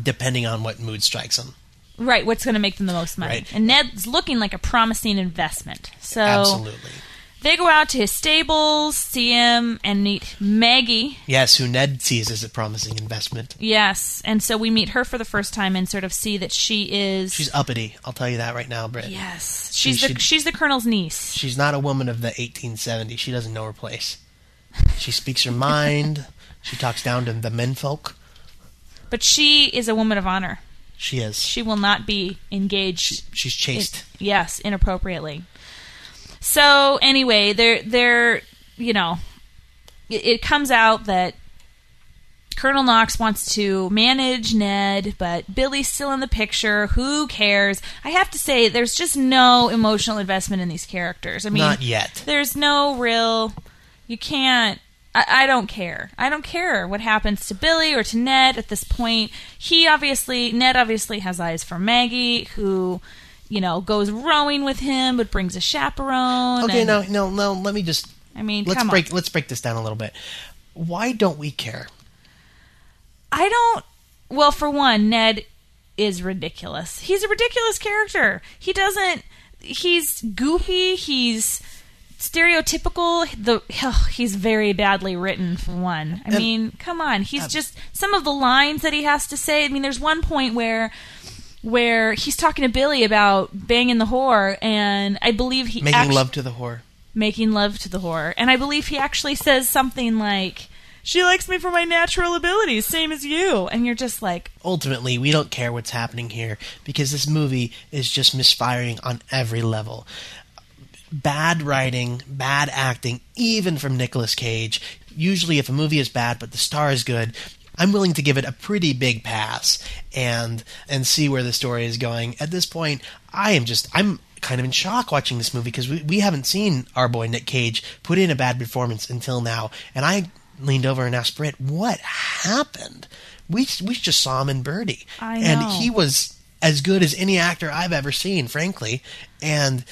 Speaker 6: depending on what mood strikes them.
Speaker 7: Right. What's going to make them the most money?
Speaker 6: Right.
Speaker 7: And Ned's looking like a promising investment. So
Speaker 6: Absolutely.
Speaker 7: they go out to his stables, see him, and meet Maggie.
Speaker 6: Yes, who Ned sees as a promising investment.
Speaker 7: Yes, and so we meet her for the first time and sort of see that she is.
Speaker 6: She's uppity. I'll tell you that right now, Britt.
Speaker 7: yes,
Speaker 6: She
Speaker 7: she's the
Speaker 6: should-
Speaker 7: she's the colonel's niece.
Speaker 6: She's not a woman of the 1870s. She doesn't know her place. She speaks her mind. She talks down to the menfolk.
Speaker 7: But she is a woman of honor.
Speaker 6: She is.
Speaker 7: She will not be engaged.
Speaker 6: She's chaste.
Speaker 7: yes, inappropriately. So anyway, they're they're you know, it, it comes out that Colonel Knox wants to manage Ned, but Billy's still in the picture. Who cares? I have to say, there's just no emotional investment in these characters. I mean,
Speaker 6: Not yet.
Speaker 7: There's no real. You can't. I, I don't care. I don't care what happens to Billy or to Ned at this point. He obviously, Ned obviously has eyes for Maggie, who, you know, goes rowing with him but brings a chaperone.
Speaker 6: Okay,
Speaker 7: and-
Speaker 6: no, no, no. Let me just.
Speaker 7: I mean,
Speaker 6: let's
Speaker 7: come on.
Speaker 6: break. Let's break this down a little bit. Why don't we care?
Speaker 7: I don't. Well, for one, Ned is ridiculous. He's a ridiculous character. He doesn't. He's goofy. He's stereotypical. The he's very badly written for one. I mean, come on. He's just some of the lines that he has to say. I mean, there's one point where where he's talking to Billy about banging the whore, and I believe he
Speaker 6: Making
Speaker 7: actu-
Speaker 6: love to the whore.
Speaker 7: making love to the whore. And I believe he actually says something like, She likes me for my natural abilities, same as you. And you're just like,
Speaker 6: ultimately we don't care what's happening here because this movie is just misfiring on every level bad writing bad acting even from Nicolas Cage usually if a movie is bad but the star is good, I'm willing to give it a pretty big pass and and see where the story is going. At this point, I am just I'm kind of in shock watching this movie because we, we haven't seen our boy Nick Cage put in a bad performance until now. And I leaned over and asked Britt, "What happened?" We we just saw him in Birdie,
Speaker 7: I know.
Speaker 6: and he was as good as any actor I've ever seen, frankly. And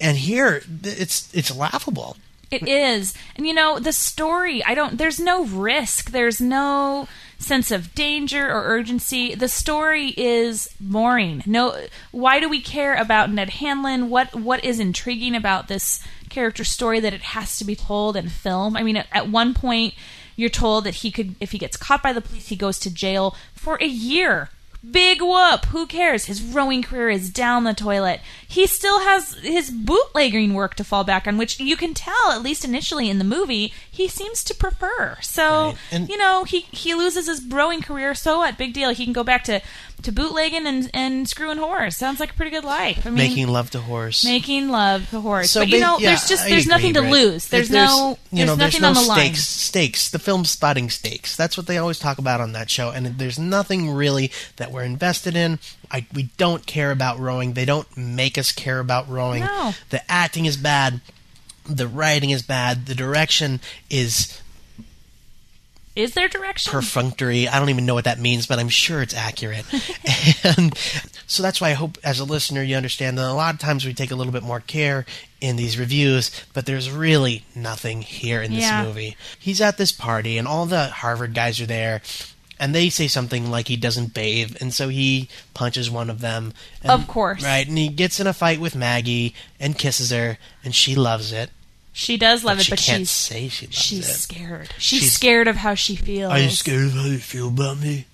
Speaker 6: and here th- it's it's laughable.
Speaker 7: It is. And you know, the story, I don't there's no risk. There's no sense of danger or urgency. The story is boring. No why do we care about Ned Hanlon? What what is intriguing about this character story that it has to be told and film? I mean, at, at one point you're told that he could if he gets caught by the police, he goes to jail for a year. Big whoop. Who cares? His rowing career is down the toilet. He still has his bootlegging work to fall back on, which you can tell, at least initially in the movie, he seems to prefer. So,
Speaker 6: Right. And-
Speaker 7: you know, he, he loses his rowing career. So what? Big deal. He can go back to, to bootlegging and, and screwing whores. Sounds like a pretty good life. I mean,
Speaker 6: Making love to horse.
Speaker 7: making love to whores.
Speaker 6: So
Speaker 7: Mm-hmm. but, you
Speaker 6: ba-
Speaker 7: know,
Speaker 6: yeah,
Speaker 7: there's just
Speaker 6: I
Speaker 7: there's nothing to
Speaker 6: agree, Brett.
Speaker 7: lose. There's,
Speaker 6: If
Speaker 7: no
Speaker 6: you
Speaker 7: there's
Speaker 6: know,
Speaker 7: nothing
Speaker 6: no
Speaker 7: on the line.
Speaker 6: stakes. Stakes. The film spotting stakes. That's what they always talk about on that show. And there's nothing really that we're invested in. I, we don't care about rowing. They don't make us care about rowing.
Speaker 7: No.
Speaker 6: The acting is bad. The writing is bad. The direction is
Speaker 7: Is there direction?
Speaker 6: perfunctory. I don't even know what that means, but I'm sure it's accurate. and so that's why I hope, as a listener, you understand that a lot of times we take a little bit more care in these reviews, but there's really nothing here in this
Speaker 7: Yeah.
Speaker 6: movie. He's at this party, and all the Harvard guys are there. And they say something like he doesn't bathe, and so he punches one of them. And,
Speaker 7: Of course.
Speaker 6: right? And he gets in a fight with Maggie and kisses her, and she loves it.
Speaker 7: She does love it,
Speaker 6: she
Speaker 7: but
Speaker 6: can't
Speaker 7: she's
Speaker 6: say she loves
Speaker 7: She's
Speaker 6: it.
Speaker 7: scared. She's,
Speaker 6: She's-
Speaker 7: scared of how she feels.
Speaker 6: Are you scared of how you feel about me,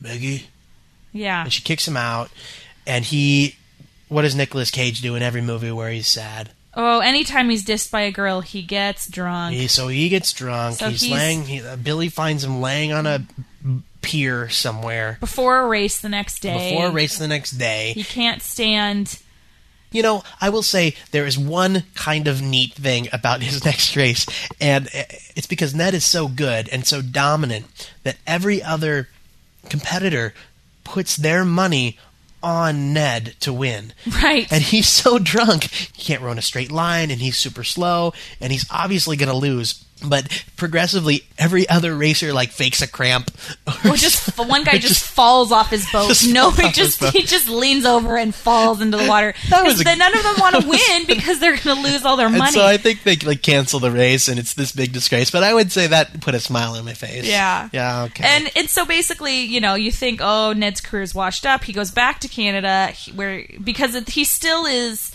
Speaker 6: Maggie?
Speaker 7: Yeah.
Speaker 6: and she kicks him out and he what does Nicolas Cage do in every movie where he's sad?
Speaker 7: Oh, anytime he's dissed by a girl, he gets drunk.
Speaker 6: He, so he gets drunk.
Speaker 7: So
Speaker 6: he's,
Speaker 7: he's-
Speaker 6: laying. He, uh, Billy finds him laying on a pier somewhere
Speaker 7: Before a race the next day.
Speaker 6: before a race the next day.
Speaker 7: He can't stand.
Speaker 6: You know, I will say there is one kind of neat thing about his next race, and uh, it's because Ned is so good and so dominant that every other competitor puts their money on Ned to win.
Speaker 7: Right.
Speaker 6: And he's so drunk, he can't run a straight line, and he's super slow, and he's obviously going to lose. But progressively, every other racer like fakes a cramp,
Speaker 7: Or just one guy just, falls off his boat.
Speaker 6: just
Speaker 7: no,
Speaker 6: falls
Speaker 7: he
Speaker 6: off his
Speaker 7: just
Speaker 6: boat.
Speaker 7: he just leans over and falls into the water.
Speaker 6: That was
Speaker 7: 'Cause
Speaker 6: a-
Speaker 7: then none of them want to win because they're going to lose all their money.
Speaker 6: And so I think they like cancel the race, and it's this big disgrace. But I would say that put a smile on my face.
Speaker 7: Yeah.
Speaker 6: Yeah. Okay.
Speaker 7: And and so basically, you know, you think, oh, Ned's career's washed up. He goes back to Canada, he- where because it, he still is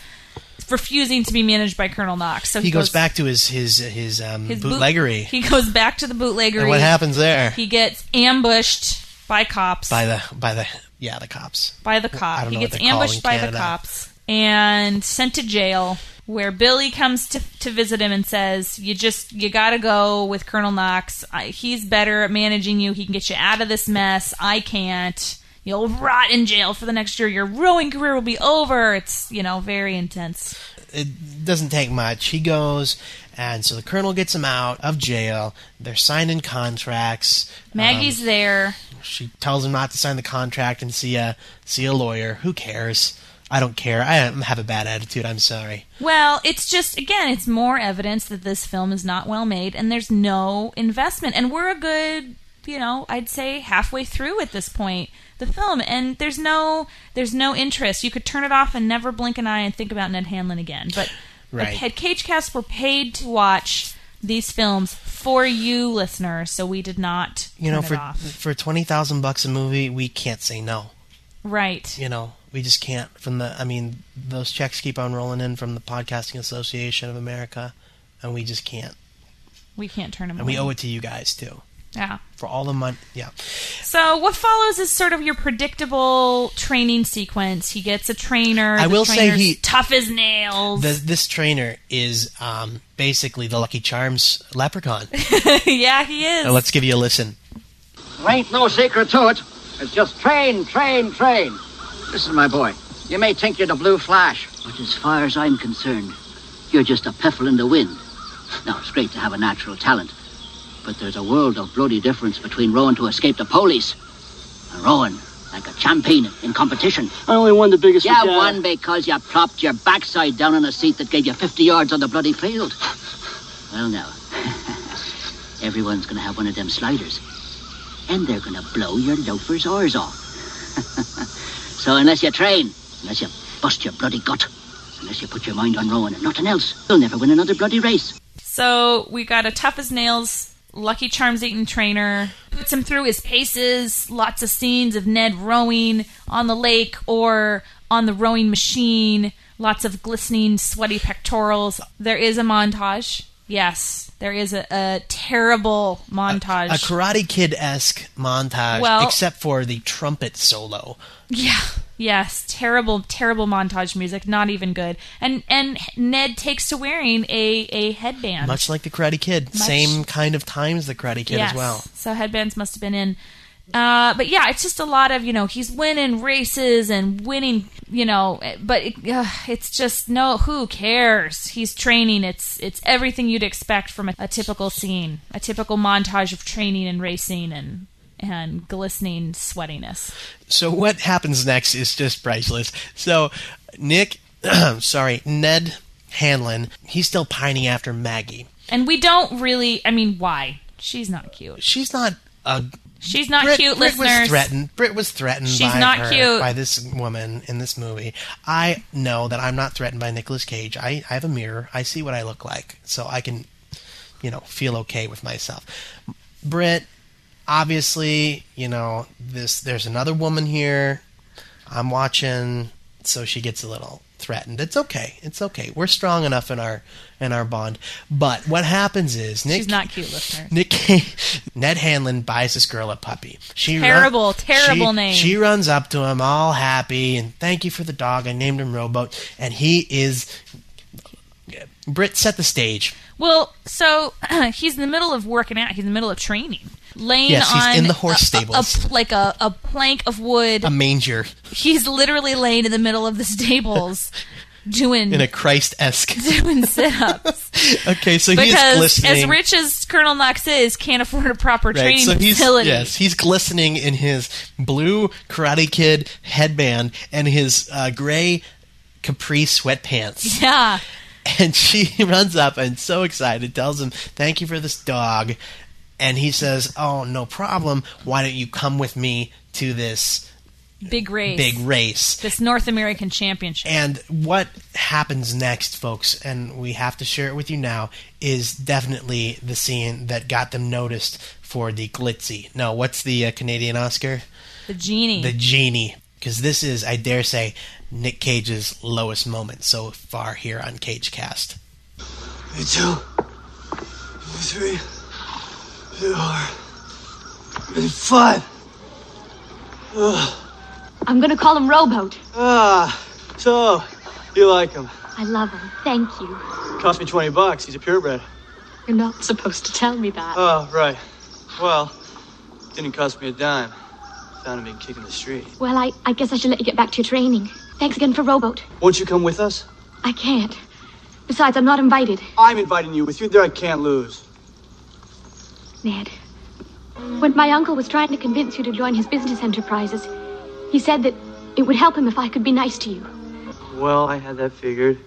Speaker 7: refusing to be managed by Colonel Knox. So he,
Speaker 6: he goes, back to his his his, um,
Speaker 7: his boot-
Speaker 6: bootleggery.
Speaker 7: he goes back to the bootleggery.
Speaker 6: and what happens there?
Speaker 7: He gets ambushed by cops.
Speaker 6: by the by the yeah the cops.
Speaker 7: by the
Speaker 6: I
Speaker 7: cop.
Speaker 6: don't
Speaker 7: He
Speaker 6: know what
Speaker 7: gets
Speaker 6: they call
Speaker 7: ambushed
Speaker 6: in
Speaker 7: by the
Speaker 6: Canada.
Speaker 7: cops and sent to jail. Where Billy comes to, to visit him and says, "You just you gotta go with Colonel Knox. I, he's better at managing you. He can get you out of this mess. I can't. You'll rot in jail for the next year. Your rowing career will be over. It's you know very intense.
Speaker 6: It doesn't take much. He goes, and so the colonel gets him out of jail. They're signing contracts.
Speaker 7: Maggie's there.
Speaker 6: Um, she tells him not to sign the contract and see a see a lawyer. Who cares? I don't care. I have a bad attitude. I'm sorry.
Speaker 7: Well, it's just again, it's more evidence that this film is not well made and there's no investment. And we're a good, you know, I'd say halfway through at this point the film and there's no there's no interest. You could turn it off and never blink an eye and think about Ned Hanlon again. But
Speaker 6: Right.
Speaker 7: like, had Cage Cast were paid to watch these films for you listeners, so we did not
Speaker 6: You know,
Speaker 7: turn
Speaker 6: for
Speaker 7: it off.
Speaker 6: for twenty thousand bucks a movie, we can't say no.
Speaker 7: Right.
Speaker 6: you know, we just can't. From the, I mean, those checks keep on rolling in from the Podcasting Association of America, and we just can't.
Speaker 7: We can't turn them
Speaker 6: And
Speaker 7: away.
Speaker 6: we owe it to you guys too
Speaker 7: yeah.
Speaker 6: for all the money. Yeah,
Speaker 7: So what follows is sort of your predictable training sequence. He gets a trainer.
Speaker 6: I
Speaker 7: the
Speaker 6: will say
Speaker 7: trainer's
Speaker 6: he-
Speaker 7: tough as nails.
Speaker 6: the, this trainer is um, basically the Lucky Charms leprechaun.
Speaker 7: yeah, he is.
Speaker 6: now let's give you a listen.
Speaker 4: There ain't no secret to it. It's just train, train, train. Listen, my boy, you may think you're the blue flash.
Speaker 9: But as far as I'm concerned, you're just a piffle in the wind. Now, it's great to have a natural talent, But there's a world of bloody difference between rowing to escape the police and rowing like a champion in competition.
Speaker 10: I only won the biggest.
Speaker 9: Yeah,
Speaker 10: we got.
Speaker 9: one because you plopped your backside down on a seat that gave you 50 yards on the bloody field. Well, now, everyone's going to have one of them sliders. And they're going to blow your loafer's oars off. so unless you train, unless you bust your bloody gut, unless you put your mind on rowing and nothing else, you'll never win another bloody race.
Speaker 7: So we got a tough as nails, Lucky Charms eating trainer. Puts him through his paces. Lots of scenes of Ned rowing on the lake or on the rowing machine. Lots of glistening, sweaty pectorals. There is a montage. Yes, there is a, a terrible montage.
Speaker 6: A Karate Kid esque montage,
Speaker 7: Well-
Speaker 6: except for the trumpet solo.
Speaker 7: Yeah. Yes, terrible, terrible montage music. Not even good. And and Ned takes to wearing a a headband.
Speaker 6: Much like the Karate Kid,
Speaker 7: Much-
Speaker 6: same kind of times the Karate Kid
Speaker 7: yes.
Speaker 6: as well.
Speaker 7: So headbands must have been in. Uh, but yeah, it's just a lot of you know he's winning races and winning you know, but it, uh, it's just no who cares? He's training. It's it's everything you'd expect from a, a typical scene, a typical montage of training and racing and and glistening sweatiness.
Speaker 6: So what happens next is just priceless. So Nick, sorry, Ned Hanlon, he's still pining after Maggie.
Speaker 7: And we don't really. I mean, why? She's not cute.
Speaker 6: She's not a
Speaker 7: She's not
Speaker 6: Brit,
Speaker 7: cute,
Speaker 6: Brit was
Speaker 7: listeners.
Speaker 6: threatened. Brit was threatened
Speaker 7: She's
Speaker 6: by
Speaker 7: not
Speaker 6: her,
Speaker 7: cute.
Speaker 6: by this woman in this movie. I know that I'm not threatened by Nicolas Cage. I, I have a mirror. I see what I look like, so I can, you know, feel okay with myself. Brit, obviously, you know, this. There's another woman here. I'm watching, so she gets a little threatened. It's okay. It's okay. We're strong enough in our in our bond. But what happens is Nick
Speaker 7: She's not cute, listeners.
Speaker 6: Nick Ned Hanlon buys this girl a puppy. She
Speaker 7: Terrible, terrible
Speaker 6: she-
Speaker 7: name.
Speaker 6: She runs up to him all happy and thank you for the dog. I named him Rowboat, and he is. Britt set the stage.
Speaker 7: Well, so he's in the middle of working out. He's in the middle of training, laying
Speaker 6: Yes, he's
Speaker 7: on
Speaker 6: in the horse
Speaker 7: a- a-
Speaker 6: stables. Um,
Speaker 7: a- like a, a plank of wood.
Speaker 6: A manger
Speaker 7: he's literally laying in the middle of the stables, doing
Speaker 6: in a Christ esque.
Speaker 7: doing sit ups.
Speaker 6: Okay, so he is
Speaker 7: Because
Speaker 6: glistening.
Speaker 7: as rich as Colonel Knox is, can't afford a proper
Speaker 6: Right,
Speaker 7: training
Speaker 6: so he's
Speaker 7: facility.
Speaker 6: yes, he's glistening in his blue Karate Kid headband and his uh, gray capri sweatpants.
Speaker 7: Yeah.
Speaker 6: And she runs up and so excited, tells him, Thank you for this dog. And he says, Oh, no problem. Why don't you come with me to this
Speaker 7: Big race.
Speaker 6: big race?
Speaker 7: This North American championship.
Speaker 6: And what happens next, folks, and we have to share it with you now, is definitely the scene that got them noticed for the glitzy. No, what's the uh, Canadian Oscar?
Speaker 7: the genie.
Speaker 6: The Genie. Because this is, I dare say, Nick Cage's lowest moment so far here on Cage Cast.
Speaker 11: Two, three, four, and five. Ugh.
Speaker 3: I'm gonna call him Rowboat.
Speaker 11: Ah, so you like him?
Speaker 3: I love him. Thank you.
Speaker 11: Cost me twenty bucks. He's a purebred.
Speaker 3: You're not supposed to tell me that.
Speaker 11: Oh, right. Well, didn't cost me a dime. Found him being kicked in the street.
Speaker 3: well, I, I guess I should let you get back to your training. Thanks again for Rowboat.
Speaker 11: Won't you come with us?
Speaker 3: I can't. Besides, I'm not invited.
Speaker 11: I'm inviting you. With you there, I can't lose.
Speaker 3: Ned, when my uncle was trying to convince you to join his business enterprises, he said that it would help him if I could be nice to you.
Speaker 11: Well, I had that figured.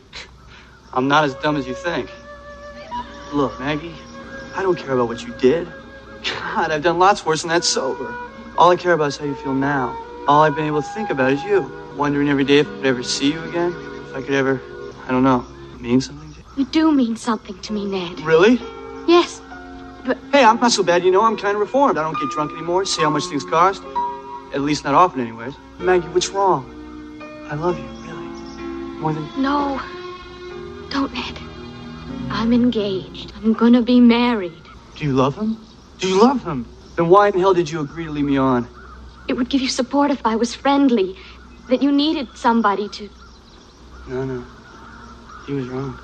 Speaker 11: I'm not as dumb as you think. Look, Maggie, I don't care about what you did. God, I've done lots worse than that sober. All I care about is how you feel now. All I've been able to think about is you. Wondering every day if I could ever see you again. If I could ever, I don't know, mean something to
Speaker 3: You do mean something to me, Ned.
Speaker 11: you. Really?
Speaker 3: Yes,
Speaker 11: Hey, I'm not so bad, you know. I'm kind of reformed. I don't get drunk anymore, see how much things cost. At least not often, anyways. Maggie, what's wrong? I love you, really. More than.
Speaker 3: no. Don't, Ned. I'm engaged. I'm gonna be married.
Speaker 11: Do you love him? Do you love him? Then why in hell did you agree to leave me on?
Speaker 3: It would give you support if I was friendly, that you needed somebody to.
Speaker 11: No, no. He was wrong.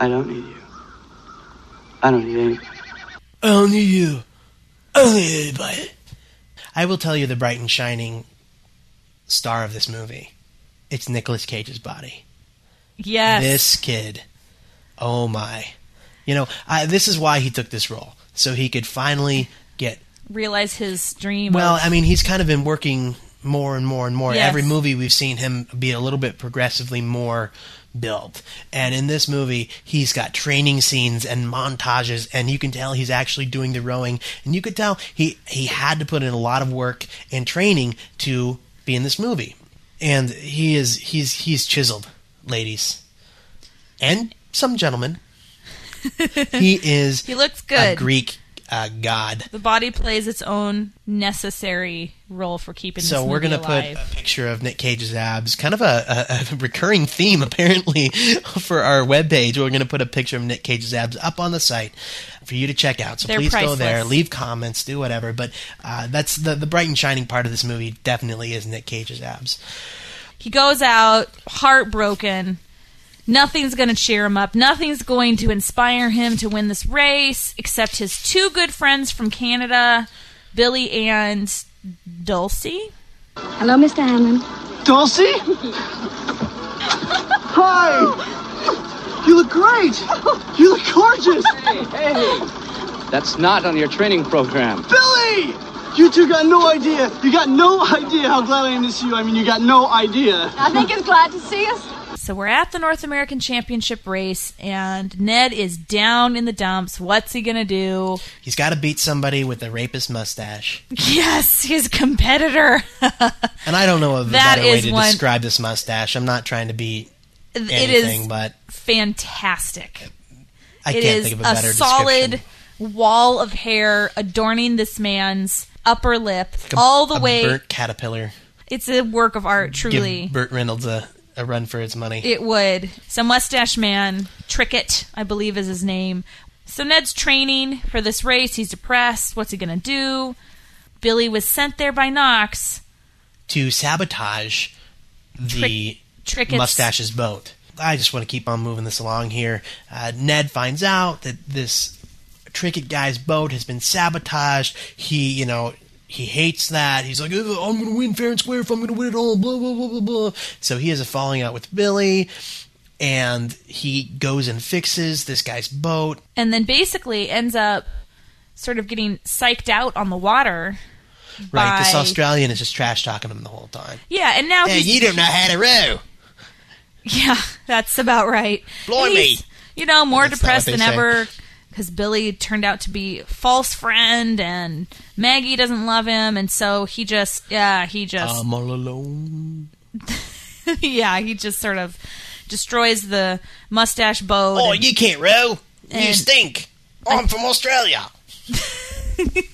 Speaker 11: I don't need you. I don't need anything.
Speaker 6: Only you. Only anybody. I will tell you the bright and shining star of this movie. It's Nicolas Cage's body.
Speaker 7: yes.
Speaker 6: This kid. Oh my. You know, I, this is why he took this role. so he could finally get
Speaker 7: Realize his dream.
Speaker 6: well,
Speaker 7: of-
Speaker 6: I mean, he's kind of been working more and more and more.
Speaker 7: Yes.
Speaker 6: Every movie we've seen him be a little bit progressively more built. And in this movie, he's got training scenes and montages and you can tell he's actually doing the rowing and you could tell he he had to put in a lot of work and training to be in this movie. And he is he's he's chiseled, ladies. And some gentlemen. he is
Speaker 7: he looks
Speaker 6: a
Speaker 7: good.
Speaker 6: Greek uh, god.
Speaker 7: The body plays its own necessary role for keeping.
Speaker 6: So
Speaker 7: this
Speaker 6: we're
Speaker 7: movie
Speaker 6: gonna
Speaker 7: alive.
Speaker 6: put a picture of Nick Cage's abs, kind of a, a, a recurring theme apparently for our webpage. We're gonna put a picture of Nick Cage's abs up on the site for you to check out. So
Speaker 7: They're
Speaker 6: please go there,
Speaker 7: priceless.
Speaker 6: leave comments, do whatever. But uh, that's the the bright and shining part of this movie. Definitely is Nick Cage's abs.
Speaker 7: He goes out heartbroken. Nothing's going to cheer him up. Nothing's going to inspire him to win this race except his two good friends from Canada, Billy and Dulcie.
Speaker 3: Hello, Mr. Allen.
Speaker 10: Dulcie? Hi! You look great! You look gorgeous! Hey, hey!
Speaker 11: That's not on your training program.
Speaker 10: Billy! You two got no idea. You got no idea how glad I am to see you. I mean, you got no idea.
Speaker 3: I think he's glad to see us.
Speaker 7: So we're at the North American Championship race, and Ned is down in the dumps. What's he going to do?
Speaker 6: He's got to beat somebody with a rapist mustache,
Speaker 7: Yes, his competitor.
Speaker 6: and I don't know of a
Speaker 7: That
Speaker 6: better way
Speaker 7: is
Speaker 6: to
Speaker 7: one-
Speaker 6: describe this mustache. I'm not trying to be
Speaker 7: it
Speaker 6: anything,
Speaker 7: is
Speaker 6: but
Speaker 7: fantastic.
Speaker 6: I
Speaker 7: It
Speaker 6: can't
Speaker 7: is
Speaker 6: think of a better
Speaker 7: solid
Speaker 6: description.
Speaker 7: wall of hair adorning this man's upper lip
Speaker 6: Like a-
Speaker 7: all the
Speaker 6: a
Speaker 7: way.
Speaker 6: burnt caterpillar.
Speaker 7: It's a work of art, truly.
Speaker 6: Give Burt Reynolds a, a run for his money.
Speaker 7: It would. So, Mustache Man, Trickett, I believe is his name. So, Ned's training for this race. He's depressed. What's he going to do? Billy was sent there by Knox.
Speaker 6: to sabotage the
Speaker 7: Trick- Trickett's-
Speaker 6: mustache's boat. I just want to keep on moving this along here. Uh, Ned finds out that this Trickett guy's boat has been sabotaged. He, you know, he hates that. He's like, "Ugh, I'm going to win fair and square if I'm going to win it all, blah, blah, blah, blah, blah. So he has a falling out with Billy, and he goes and fixes this guy's boat.
Speaker 7: And then basically ends up sort of getting psyched out on the water.
Speaker 6: Right, this
Speaker 7: by-
Speaker 6: Australian is just trash talking him the whole time.
Speaker 7: Yeah, and now
Speaker 6: Hey,
Speaker 7: he's.
Speaker 6: you don't know how to row.
Speaker 7: Yeah, that's about right.
Speaker 6: Blimey.
Speaker 7: And he's, You know, more
Speaker 6: That's not
Speaker 7: depressed
Speaker 6: what they
Speaker 7: than
Speaker 6: say.
Speaker 7: ever because Billy turned out to be a false friend and Maggie doesn't love him. And so he just, yeah, he just,
Speaker 6: I'm all alone.
Speaker 7: yeah, he just sort of destroys the mustache boat.
Speaker 6: Oh,
Speaker 7: and-
Speaker 6: you can't row. you
Speaker 7: And-
Speaker 6: stink. I'm from Australia.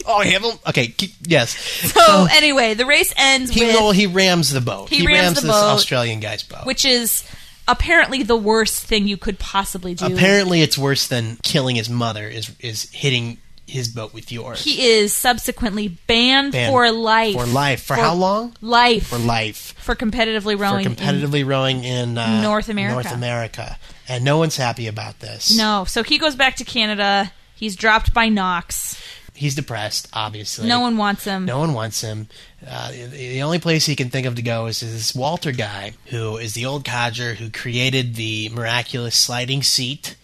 Speaker 6: oh, I have them. Okay, keep, yes.
Speaker 7: so, anyway, the race ends
Speaker 6: he,
Speaker 7: with,
Speaker 6: well, he rams the boat.
Speaker 7: He rams the
Speaker 6: this
Speaker 7: boat.
Speaker 6: Australian guy's boat.
Speaker 7: which is apparently the worst thing you could possibly do.
Speaker 6: Apparently, it's worse than killing his mother. Is is hitting his boat with yours
Speaker 7: He is subsequently banned,
Speaker 6: Banned
Speaker 7: for life.
Speaker 6: for life? For, how long?
Speaker 7: Life.
Speaker 6: For life.
Speaker 7: For competitively
Speaker 6: For
Speaker 7: rowing. in-
Speaker 6: competitively rowing in uh,
Speaker 7: North America.
Speaker 6: North America, and no one's happy about this.
Speaker 7: No, so he goes back to Canada. He's dropped by Knox.
Speaker 6: he's depressed. Obviously,
Speaker 7: No one wants him.
Speaker 6: No one wants him. Uh, the- the only place he can think of to go is this Walter guy, who is the old codger who created the miraculous sliding seat.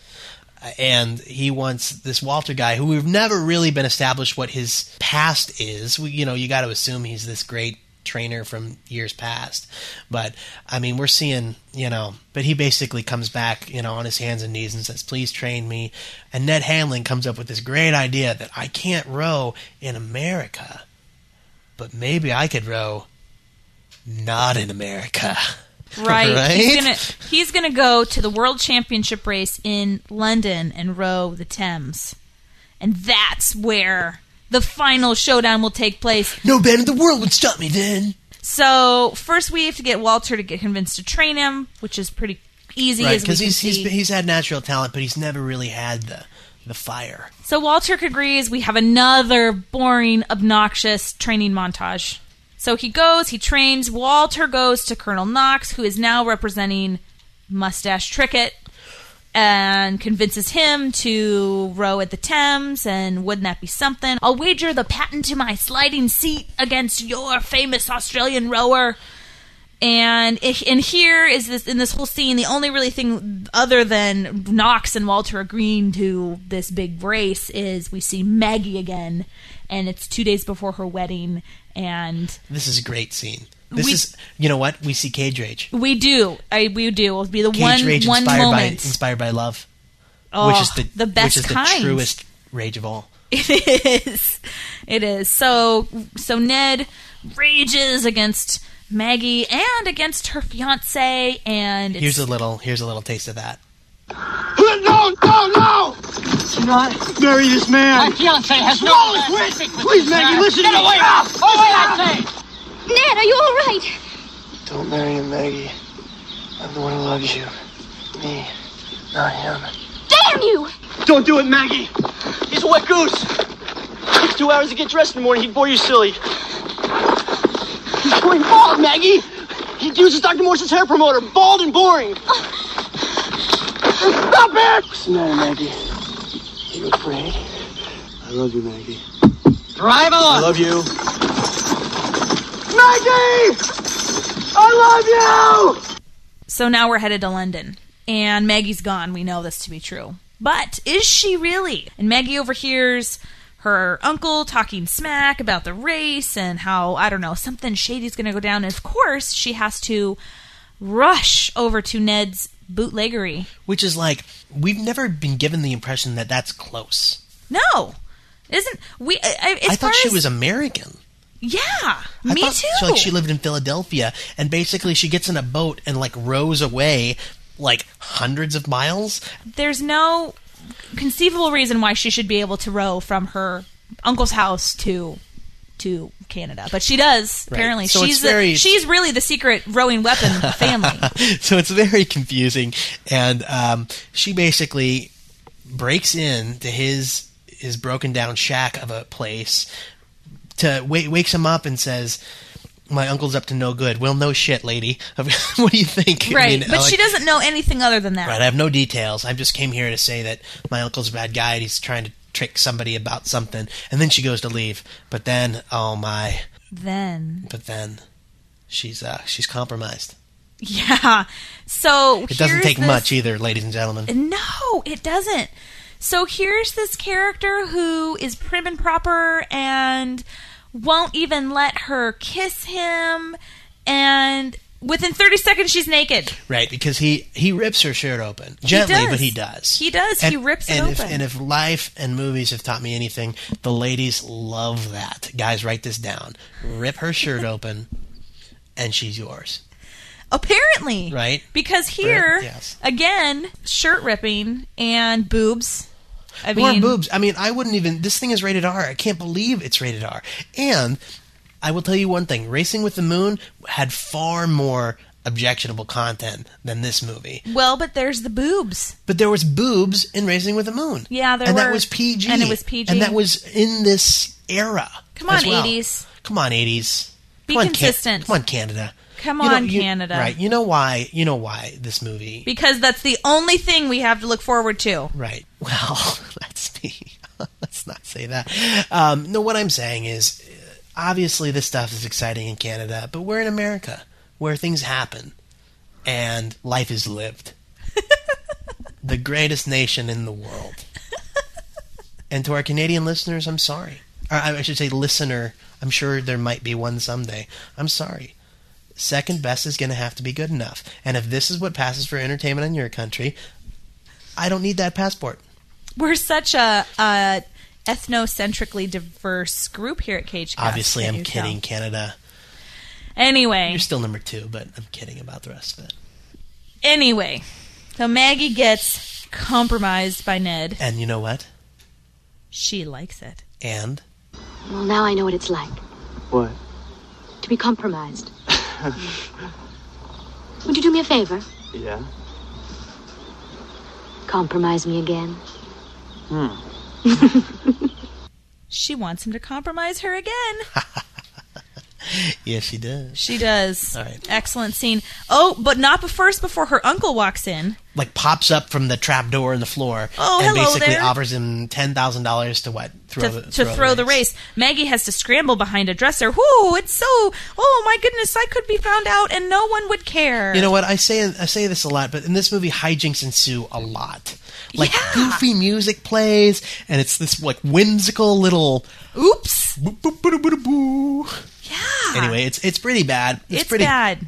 Speaker 6: Uh, And he wants this Walter guy, who we've never really been established what his past is. We, you know, you got to assume he's this great trainer from years past. But I mean, we're seeing, you know, but he basically comes back, you know, on his hands and knees and says, "Please train me." And Ned Hamlin comes up with this great idea that I can't row in America but maybe I could row not in America.
Speaker 7: Right. He's
Speaker 6: Right?
Speaker 7: gonna he's gonna go to the World Championship race in London and row the Thames. And that's where the final showdown will take place.
Speaker 6: No band in the world would stop me then.
Speaker 7: So first we have to get Walter to get convinced to train him, which is pretty easy
Speaker 6: Right,
Speaker 7: as we
Speaker 6: because
Speaker 7: can
Speaker 6: he's, he's,
Speaker 7: see.
Speaker 6: he's had natural talent, but he's never really had the, the fire.
Speaker 7: So Walter agrees. We have another boring, obnoxious training montage. So he goes, he trains. Walter goes to Colonel Knox, who is now representing Mustache Trickett, and convinces him to row at the Thames. And wouldn't that be something? I'll wager the patent to my sliding seat against your famous Australian rower. and it, and here is this in this whole scene the only really thing other than Knox and Walter agreeing to this big race is we see Maggie again and it's 2 days before her wedding and
Speaker 6: This is a great scene. This
Speaker 7: We-
Speaker 6: is, you know what? We see Cage Rage.
Speaker 7: we do I we do will be the
Speaker 6: Cage
Speaker 7: one
Speaker 6: Rage
Speaker 7: one
Speaker 6: inspired by
Speaker 7: moment
Speaker 6: inspired by love,
Speaker 7: Oh,
Speaker 6: which is the,
Speaker 7: the best
Speaker 6: which is
Speaker 7: kind.
Speaker 6: the truest rage of all.
Speaker 7: It is. It is. So so Ned rages against Maggie and against her fiance and it's,
Speaker 6: Here's a little. Here's a little taste of that.
Speaker 8: No, no, no! Do not marry this
Speaker 9: My
Speaker 8: man.
Speaker 9: fiance has no
Speaker 8: No,
Speaker 9: last
Speaker 8: quit!
Speaker 9: secret with
Speaker 8: Please,
Speaker 9: this
Speaker 8: Maggie,
Speaker 9: man.
Speaker 8: listen
Speaker 9: Get
Speaker 8: to me.
Speaker 9: away!
Speaker 8: Ah!
Speaker 9: Away, I say!
Speaker 3: Ned, are you all right?
Speaker 10: Don't marry him, Maggie. I'm the one who loves you. Me, not him.
Speaker 3: Damn you!
Speaker 11: Don't do it, Maggie. He's a wet goose. Takes two hours to get dressed in the morning. He'd bore you silly. He's going bald, Maggie. He uses Dr. Morse's hair promoter. Bald and boring. Stop it!
Speaker 10: What's the matter, Maggie? You afraid? I love you, Maggie.
Speaker 8: Drive
Speaker 11: I
Speaker 8: on!
Speaker 11: love you.
Speaker 8: Maggie!
Speaker 11: I love you!
Speaker 7: so now we're headed to London and Maggie's gone. We know this to be true. But is she really? And Maggie overhears her uncle talking smack about the race and how I don't know, something shady's going to go down and of course she has to rush over to Ned's bootleggery.
Speaker 6: Which is like we've never been given the impression that that's close.
Speaker 7: No. Isn't we? I, I, as
Speaker 6: I
Speaker 7: far
Speaker 6: thought she
Speaker 7: as-
Speaker 6: was American.
Speaker 7: Yeah,
Speaker 6: I
Speaker 7: me
Speaker 6: thought,
Speaker 7: too.
Speaker 6: So, like she lived in Philadelphia, and basically she gets in a boat and like rows away like hundreds of miles.
Speaker 7: There's no conceivable reason why she should be able to row from her uncle's house to to Canada, but she does.
Speaker 6: Right.
Speaker 7: Apparently,
Speaker 6: So
Speaker 7: she's
Speaker 6: it's very-
Speaker 7: the, she's really the secret rowing weapon of the family.
Speaker 6: so it's very confusing, and um, she basically breaks in to his his broken down shack of a place to wake wakes him up and says. My uncle's up to no good. Well, no shit, lady. what do you think? I
Speaker 7: right,
Speaker 6: mean,
Speaker 7: but
Speaker 6: like-
Speaker 7: she doesn't know anything other than that.
Speaker 6: Right, I have no details. I just came here to say that my uncle's a bad guy and he's trying to trick somebody about something. And then she goes to leave, but then, oh my,
Speaker 7: Then,
Speaker 6: but then she's uh she's compromised.
Speaker 7: yeah. So
Speaker 6: It doesn't
Speaker 7: here's
Speaker 6: take
Speaker 7: this-
Speaker 6: much e- either, ladies and gentlemen.
Speaker 7: No, it doesn't. So here's this character who is prim and proper and won't even let her kiss him. And within 30 seconds, she's naked.
Speaker 6: Right, because he he rips her shirt open gently,
Speaker 7: does.
Speaker 6: but he does.
Speaker 7: He does. He rips it
Speaker 6: and If,
Speaker 7: open.
Speaker 6: and if life and movies have taught me anything, the ladies love that. Guys, write this down. Rip her shirt open, and she's yours.
Speaker 7: Apparently.
Speaker 6: Right.
Speaker 7: Because here,
Speaker 6: yes.
Speaker 7: again, shirt ripping and boobs. I
Speaker 6: More
Speaker 7: mean,
Speaker 6: boobs. I mean, I wouldn't even. This thing is rated R. I can't believe it's rated R. And I will tell you one thing: Racing with the Moon had far more objectionable content than this movie.
Speaker 7: Well, but there's the boobs.
Speaker 6: But there was boobs in Racing with the Moon.
Speaker 7: Yeah, there
Speaker 6: and
Speaker 7: were.
Speaker 6: that was PG.
Speaker 7: And it was PG.
Speaker 6: And that was in this era.
Speaker 7: Come on,
Speaker 6: as well.
Speaker 7: 80s.
Speaker 6: Come on, eighties.
Speaker 7: Be
Speaker 6: come On,
Speaker 7: consistent.
Speaker 6: Can- come on, Canada.
Speaker 7: Come
Speaker 6: You know-
Speaker 7: on,
Speaker 6: you-
Speaker 7: Canada.
Speaker 6: Right. You know why? You know why this movie?
Speaker 7: Because that's the only thing we have to look forward to.
Speaker 6: Right. Well, let's be. Let's not say that. Um, no, what I'm saying is, uh, obviously, this stuff is exciting in Canada, but we're in America, where things happen, and life is lived. the greatest nation in the world. and to our Canadian listeners, I'm sorry. Or I I should say, listener. I'm sure there might be one someday. I'm sorry second best is going to have to be good enough. And if this is what passes for entertainment in your country, I don't need that passport.
Speaker 7: We're such a, a ethnocentrically diverse group here at Cage. Cast,
Speaker 6: Obviously,
Speaker 7: can't
Speaker 6: I'm
Speaker 7: you
Speaker 6: kidding,
Speaker 7: tell?
Speaker 6: Canada.
Speaker 7: Anyway,
Speaker 6: You're still number two, but I'm kidding about the rest of it.
Speaker 7: anyway, so Maggie gets compromised by Ned.
Speaker 6: And you know what?
Speaker 7: She likes it.
Speaker 6: And
Speaker 3: Well, now I know what it's like
Speaker 10: What?
Speaker 3: to be compromised. Would you do me a favor?
Speaker 10: Yeah?
Speaker 3: Compromise me again.
Speaker 7: She wants him to compromise her again.
Speaker 6: yes, she does.
Speaker 7: She does.
Speaker 6: All right.
Speaker 7: Excellent scene. Oh, but not be- first before her uncle walks in.
Speaker 6: Like pops up from the trap door in the floor
Speaker 7: Oh,
Speaker 6: and
Speaker 7: hello
Speaker 6: basically
Speaker 7: there.
Speaker 6: offers him ten thousand dollars to what? Throw
Speaker 7: to,
Speaker 6: the,
Speaker 7: to throw the race. Maggie has to scramble behind a dresser. Whoo, it's so, oh my goodness, I could be found out and no one would care.
Speaker 6: You know what I say? I say this a lot, but in this movie, hijinks ensue a lot. Like goofy music plays, and it's this like whimsical little.
Speaker 7: Oops.
Speaker 6: Yeah. Anyway, it's it's pretty bad. It's,
Speaker 7: It's
Speaker 6: pretty
Speaker 7: bad.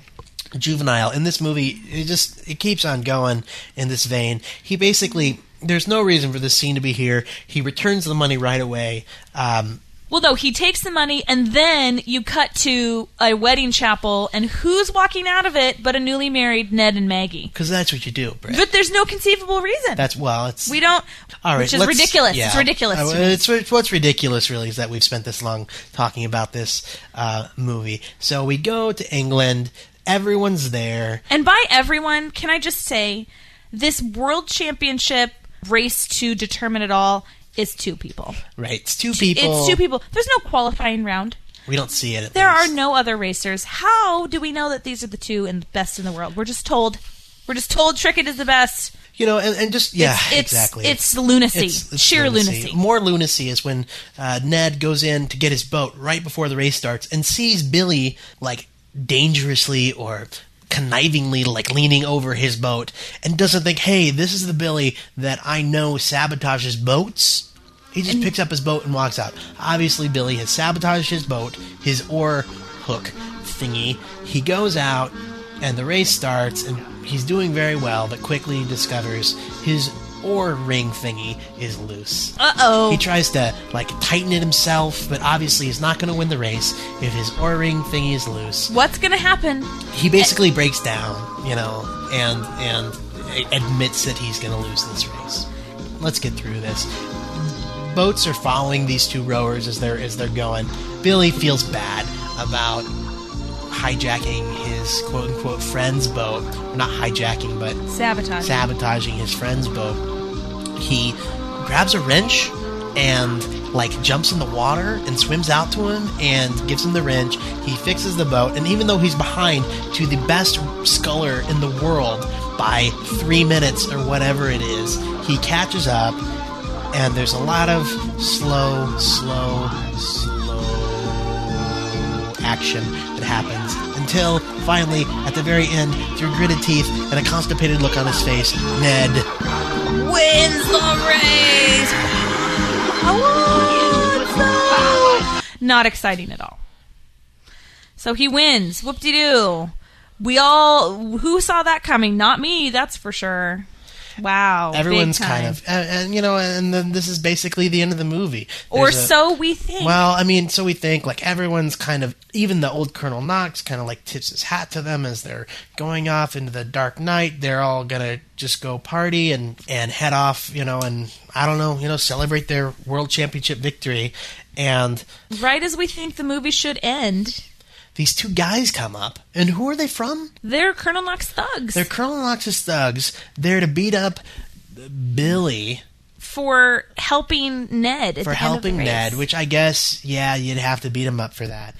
Speaker 6: juvenile. In this movie, it just it keeps on going in this vein. He basically there's no reason for this scene to be here. He returns the money right away. Um,
Speaker 7: Well, no, he takes the money and then you cut to a wedding chapel and who's walking out of it but a newly married Ned and Maggie?
Speaker 6: because that's what you do, Brett.
Speaker 7: But there's no conceivable reason.
Speaker 6: That's well, it's
Speaker 7: we don't.
Speaker 6: All right,
Speaker 7: which is
Speaker 6: let's-
Speaker 7: ridiculous. It's
Speaker 6: yeah.
Speaker 7: ridiculous.
Speaker 6: Uh,
Speaker 7: to me.
Speaker 6: it's, it's what's ridiculous, really, is that we've spent this long talking about this uh, movie. So we go to England. Everyone's there.
Speaker 7: And by everyone, can I just say this world championship race to determine it all is two people.
Speaker 6: Right, it's two people.
Speaker 7: It's two people. There's no qualifying round.
Speaker 6: We don't see it. At
Speaker 7: There are
Speaker 6: least.
Speaker 7: no other racers. How do we know that these are the two and the best in the world? We're just told. We're just told Trickett is the best.
Speaker 6: You know, and, and just yeah,
Speaker 7: It's- it's-
Speaker 6: exactly.
Speaker 7: it's lunacy. Sheer lunacy.
Speaker 6: More lunacy is when uh, Ned goes in to get his boat right before the race starts and sees Billy like dangerously or connivingly like leaning over his boat and doesn't think, "Hey, this is the Billy that I know sabotages boats." He just picks up his boat and walks out. Obviously, Billy has sabotaged his boat, his oar hook thingy. He goes out, and the race starts, and he's doing very well, but quickly discovers his oar ring thingy is loose.
Speaker 7: Uh oh.
Speaker 6: He tries to like tighten it himself, but obviously he's not going to win the race if his oar ring thingy is loose.
Speaker 7: What's gonna happen?
Speaker 6: He basically breaks down, you know, and and a- admits that he's going to lose this race. Let's get through this. Boats are following these two rowers as they're as they're going. Billy feels bad about hijacking his quote unquote friend's boat. Not hijacking, but
Speaker 7: Sabotage.
Speaker 6: sabotaging his friend's boat. He grabs a wrench and like jumps in the water and swims out to him and gives him the wrench. He fixes the boat, and even though he's behind to the best sculler in the world by three minutes or whatever it is, he catches up. And there's a lot of slow, slow, slow action that happens until finally, at the very end, through gritted teeth and a constipated look on his face, Ned.
Speaker 7: wins the race. I want some. Not exciting at all. So he wins. Whoop de doo. We all who saw that coming? Not me, that's for sure. Wow. Oh, big
Speaker 6: Everyone's
Speaker 7: time.
Speaker 6: kind of, and, and, you know, and then this is basically the end of the movie.
Speaker 7: or
Speaker 6: There's a-
Speaker 7: so we think.
Speaker 6: Well, I mean, so we think like everyone's kind of, even the old Colonel Knox kind of like tips his hat to them as they're going off into the dark night. They're all gonna just go party and and head off, you know, and I don't know, you know, celebrate their world championship victory. And
Speaker 7: right as we think the movie should end,
Speaker 6: these two guys come up, and who are they from?
Speaker 7: they're Colonel Knox thugs
Speaker 6: They're Colonel Knox's thugs. They're to beat up Billy
Speaker 7: for helping Ned. At
Speaker 6: for
Speaker 7: the
Speaker 6: helping
Speaker 7: end of the race.
Speaker 6: Ned, which I guess, yeah, you'd have to beat him up for that.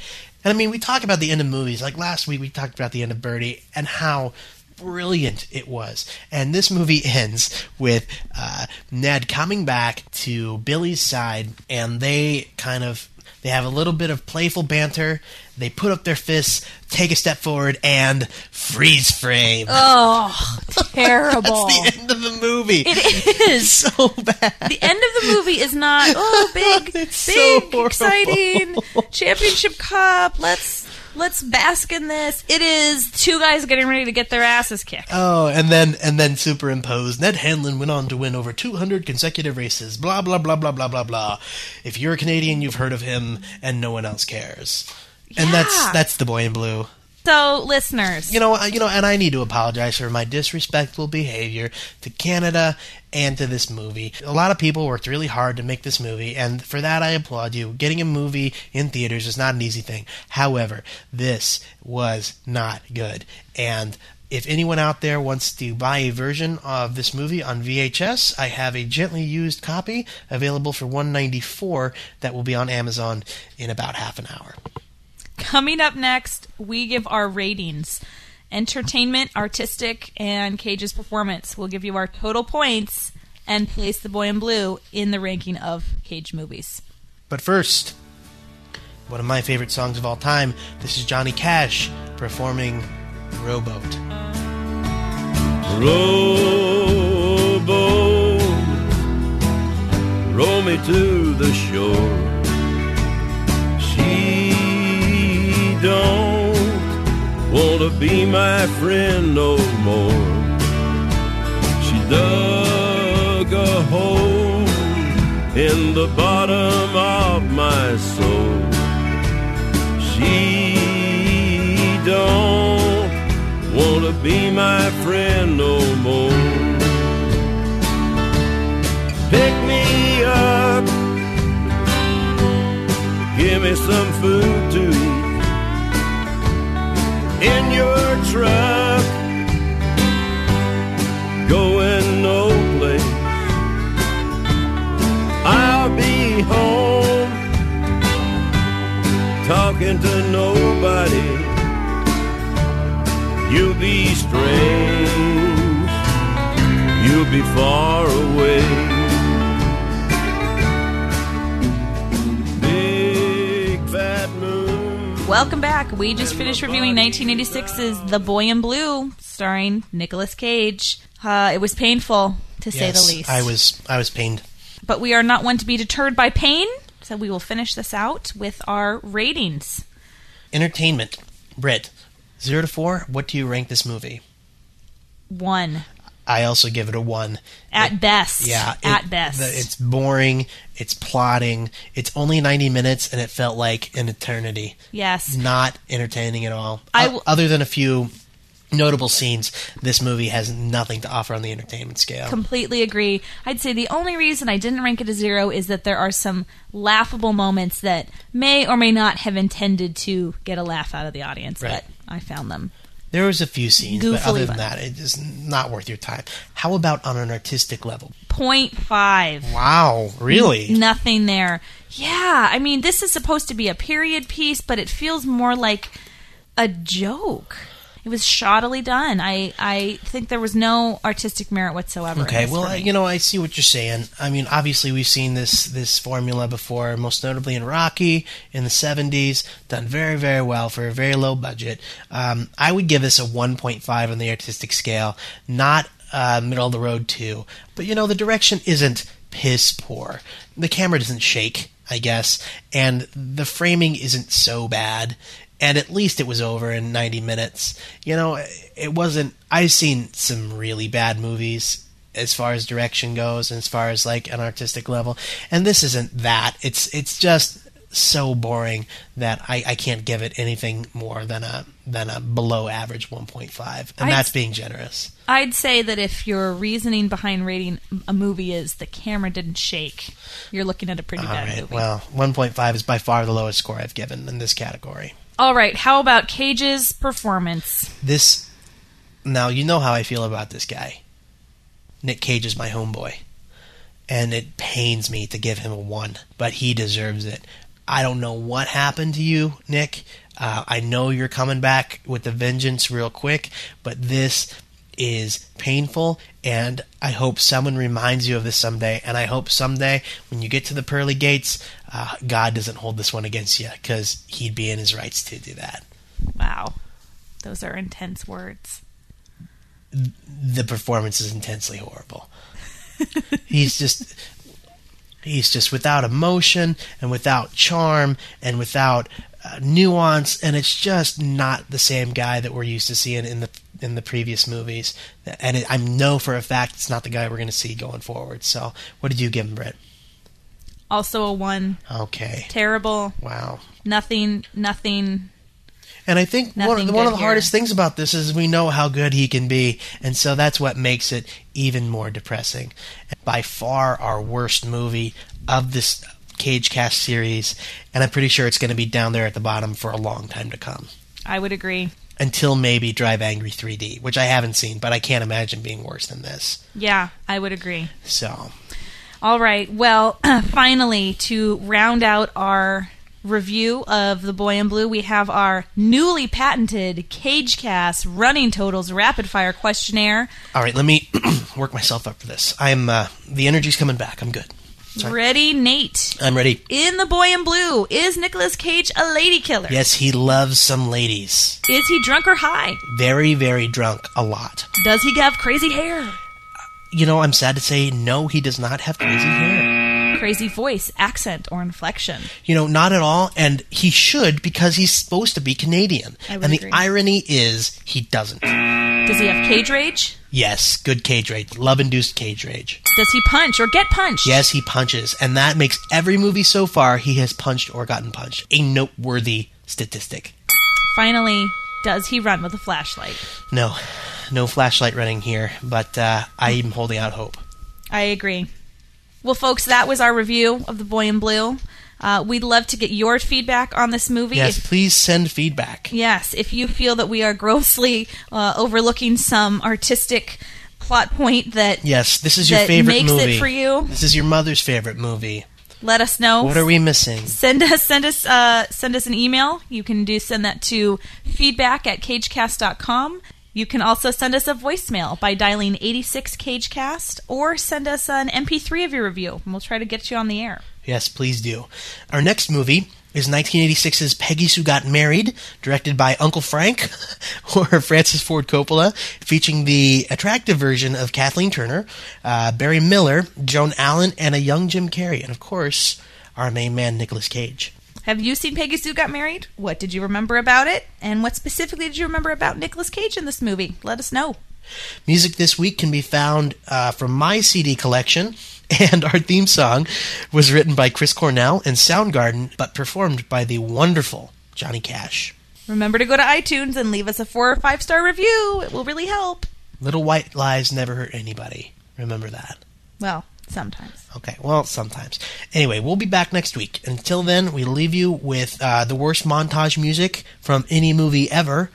Speaker 6: And I mean, we talk about the end of movies. Like last week, we talked about the end of Birdie and how brilliant it was. And this movie ends with uh, Ned coming back to Billy's side, and they kind of they have a little bit of playful banter. They put up their fists, take a step forward, and freeze frame.
Speaker 7: Oh, terrible!
Speaker 6: That's the end of the movie.
Speaker 7: it is.
Speaker 6: so bad.
Speaker 7: the end of the movie is not oh big big
Speaker 6: It's so horrible.
Speaker 7: exciting championship cup let's let's bask in this it is two guys getting ready to get their asses kicked
Speaker 6: Oh, and then and then superimposed. Ned Hanlon went on to win over 200 consecutive races. Blah blah blah blah blah blah blah. If you're a Canadian, you've heard of him, and no one else cares. And that's
Speaker 7: Yeah.
Speaker 6: that's the boy in blue.
Speaker 7: so listeners
Speaker 6: You know, I- you know, and I need to apologize for my disrespectful behavior to Canada and to this movie. A lot of people worked really hard to make this movie, and for that I applaud you. Getting a movie in theaters is not an easy thing. However, this was not good. And if anyone out there wants to buy a version of this movie on VHS, I have a gently used copy available for 194 that will be on Amazon in about half an hour.
Speaker 7: Coming up next, we give our ratings entertainment, artistic, and Cage's performance. We'll give you our total points and place the boy in blue in the ranking of Cage movies.
Speaker 6: But first, one of my favorite songs of all time. This is Johnny Cash performing Rowboat.
Speaker 5: Rowboat, row me to the shore. She don't wanna be my friend no more. She dug a hole in the bottom of my soul. She don't wanna be my friend no more. Pick me up, give me some food to eat. In your truck, going no place. I'll be home, talking to nobody. You'll be strange, you'll be far away. Big fat
Speaker 7: Welcome back. We just finished reviewing 1986's The Boy in Blue, starring Nicolas Cage. Uh, it was painful, to say
Speaker 6: Yes,
Speaker 7: the least.
Speaker 6: I was I was pained.
Speaker 7: But we are not one to be deterred by pain, so we will finish this out with our ratings.
Speaker 6: Entertainment. Brit, zero to four. What do you rank this movie?
Speaker 7: One,
Speaker 6: I also give it a one.
Speaker 7: at best.
Speaker 6: Yeah, it-
Speaker 7: at best.
Speaker 6: the- it's boring. It's plotting. It's only ninety minutes, and it felt like an eternity.
Speaker 7: yes.
Speaker 6: Not entertaining at all.
Speaker 7: I
Speaker 6: O-
Speaker 7: w-
Speaker 6: other than a few notable scenes, this movie has nothing to offer on the entertainment scale.
Speaker 7: Completely agree. I'd say the only reason I didn't rank it a zero is that there are some laughable moments that may or may not have intended to get a laugh out of the audience,
Speaker 6: Right.
Speaker 7: but I found them.
Speaker 6: there was a few scenes, but
Speaker 7: Goofily
Speaker 6: other than
Speaker 7: fun.
Speaker 6: that, it is not worth your time. How about on an artistic level?
Speaker 7: Point five.
Speaker 6: Wow, really?
Speaker 7: N- Nothing there. Yeah, I mean, this is supposed to be a period piece, but it feels more like a joke. It was shoddily done. I, I think there was no artistic merit whatsoever. in
Speaker 6: Okay,
Speaker 7: this
Speaker 6: well,
Speaker 7: for
Speaker 6: I,
Speaker 7: me.
Speaker 6: you know, I see what you're saying. I mean, obviously, we've seen this this formula before, most notably in Rocky in the '70s, done very, very well for a very low budget. Um, I would give this a 1.5 on the artistic scale, not uh, middle of the road two. But you know, the direction isn't piss poor. The camera doesn't shake, I guess, and the framing isn't so bad. And at least it was over in 90 minutes. You know, it wasn't. I've seen some really bad movies as far as direction goes and as far as like an artistic level and this isn't that it's it's just so boring that I, I can't give it anything more than a than a below average 1.5 and
Speaker 7: I-
Speaker 6: that's being generous
Speaker 7: I'd say that if your reasoning behind rating a movie is the camera didn't shake, you're looking at a pretty
Speaker 6: all
Speaker 7: bad
Speaker 6: right
Speaker 7: movie.
Speaker 6: well 1.5 is by far the lowest score i've given in this category
Speaker 7: All right, how about Cage's performance?
Speaker 6: this now you know how i feel about this guy nick cage is my homeboy and it pains me to give him a one but he deserves it i don't know what happened to you nick uh, i know you're coming back with a vengeance real quick but this is painful and i hope someone reminds you of this someday and i hope someday when you get to the pearly gates uh, god doesn't hold this one against you because he'd be in his rights to do that
Speaker 7: Wow, those are intense words.
Speaker 6: the performance is intensely horrible. he's just he's just without emotion and without charm and without uh, nuance and it's just not the same guy that we're used to seeing in the in the previous movies and it, I know for a fact it's not the guy we're going to see going forward. So, what did you give him, Brett?
Speaker 7: Also a one,
Speaker 6: Okay.
Speaker 7: terrible,
Speaker 6: Wow.
Speaker 7: nothing, nothing.
Speaker 6: And I think one,
Speaker 7: Nothing
Speaker 6: one of
Speaker 7: good
Speaker 6: the
Speaker 7: here.
Speaker 6: hardest things about this is we know how good he can be, and so that's what makes it even more depressing. By far, our worst movie of this Cage Cast series, and I'm pretty sure it's going to be down there at the bottom for a long time to come.
Speaker 7: I would agree.
Speaker 6: Until maybe Drive Angry 3D, which I haven't seen, but I can't imagine being worse than this.
Speaker 7: Yeah, I would agree.
Speaker 6: So,
Speaker 7: All right. Well, finally, to round out our review of The Boy in Blue, we have our newly patented CageCast running totals rapid fire questionnaire
Speaker 6: All right, let me work myself up for this. I'm uh, the energy's coming back. I'm good. Sorry.
Speaker 7: Ready, Nate?
Speaker 6: I'm ready.
Speaker 7: In The Boy in Blue, is Nicolas Cage a lady killer?
Speaker 6: Yes, he loves some ladies.
Speaker 7: Is he drunk or high?
Speaker 6: Very, very drunk. A lot.
Speaker 7: Does he have crazy hair?
Speaker 6: You know, I'm sad to say, no, he does not have crazy hair.
Speaker 7: Crazy voice, accent, or inflection?
Speaker 6: You know, not at all. And he should because he's supposed to be Canadian.
Speaker 7: I would
Speaker 6: and
Speaker 7: agree.
Speaker 6: the irony is, he doesn't.
Speaker 7: Does he have cage rage?
Speaker 6: Yes, good cage rage. Love induced cage rage.
Speaker 7: Does he punch or get punched?
Speaker 6: Yes, he punches. And that makes every movie so far he has punched or gotten punched. A noteworthy statistic.
Speaker 7: Finally, does he run with a flashlight?
Speaker 6: No, no flashlight running here, but uh, I'm holding out hope.
Speaker 7: I agree. Well, folks, that was our review of The Boy in Blue. Uh, we'd love to get your feedback on this movie.
Speaker 6: Yes,
Speaker 7: If,
Speaker 6: please send feedback.
Speaker 7: yes, if you feel that we are grossly uh, overlooking some artistic plot point that
Speaker 6: Yes, this is your
Speaker 7: that
Speaker 6: favorite
Speaker 7: makes
Speaker 6: movie.
Speaker 7: it for you,
Speaker 6: This is your mother's favorite movie.
Speaker 7: let us know.
Speaker 6: What are we missing?
Speaker 7: Send us send us uh, send us an email. You can do send that to feedback at cagecast.com. You can also send us a voicemail by dialing 86 cagecast or send us an MP3 of your review and we'll try to get you on the air.
Speaker 6: Yes, please do. Our next movie is 1986's Peggy Sue Got Married, directed by Uncle Frank or Francis Ford Coppola, featuring the attractive version of Kathleen Turner, uh, Barry Miller, Joan Allen, and a young Jim Carrey, and of course, our main man Nicolas Cage.
Speaker 7: Have you seen Peggy Sue Got Married? What did you remember about it? And what specifically did you remember about Nicolas Cage in this movie? Let us know.
Speaker 6: Music this week can be found uh, from my CD collection, and our theme song was written by Chris Cornell and Soundgarden, but performed by the wonderful Johnny Cash.
Speaker 7: Remember to go to iTunes and leave us a four or five star review. It will really help.
Speaker 6: Little white lies never hurt anybody. Remember that.
Speaker 7: Well, sometimes.
Speaker 6: Okay, well, sometimes. Anyway, we'll be back next week. Until then, we leave you with uh, the worst montage music from any movie ever.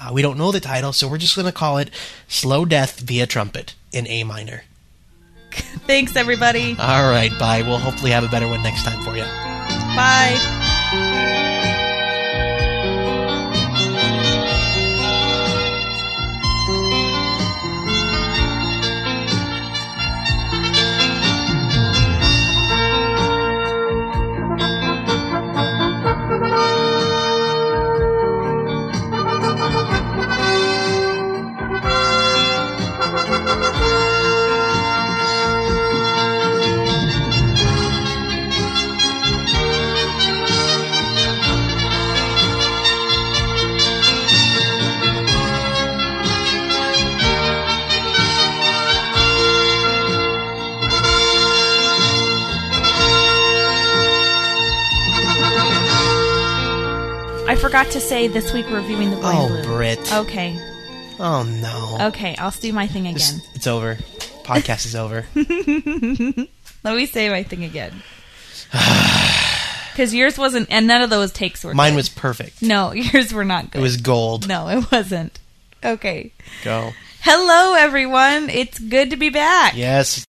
Speaker 6: Uh, we don't know the title, so we're just going to call it Slow Death via Trumpet in A minor.
Speaker 7: Thanks, everybody.
Speaker 6: All right, bye. We'll hopefully have a better one next time for you.
Speaker 7: Bye. I forgot to say this week we're reviewing the Boy in
Speaker 6: Oh,
Speaker 7: Blue.
Speaker 6: Brit.
Speaker 7: Okay.
Speaker 6: Oh, no.
Speaker 7: Okay, I'll do my thing again.
Speaker 6: It's over. Podcast is over.
Speaker 7: Let me say my thing again. Because yours wasn't, and none of those takes were.
Speaker 6: Mine
Speaker 7: good.
Speaker 6: was perfect.
Speaker 7: No, yours were not
Speaker 6: It
Speaker 7: good.
Speaker 6: was gold.
Speaker 7: No, it wasn't. Okay.
Speaker 6: Go.
Speaker 7: Hello, everyone. It's good to be back.
Speaker 6: Yes.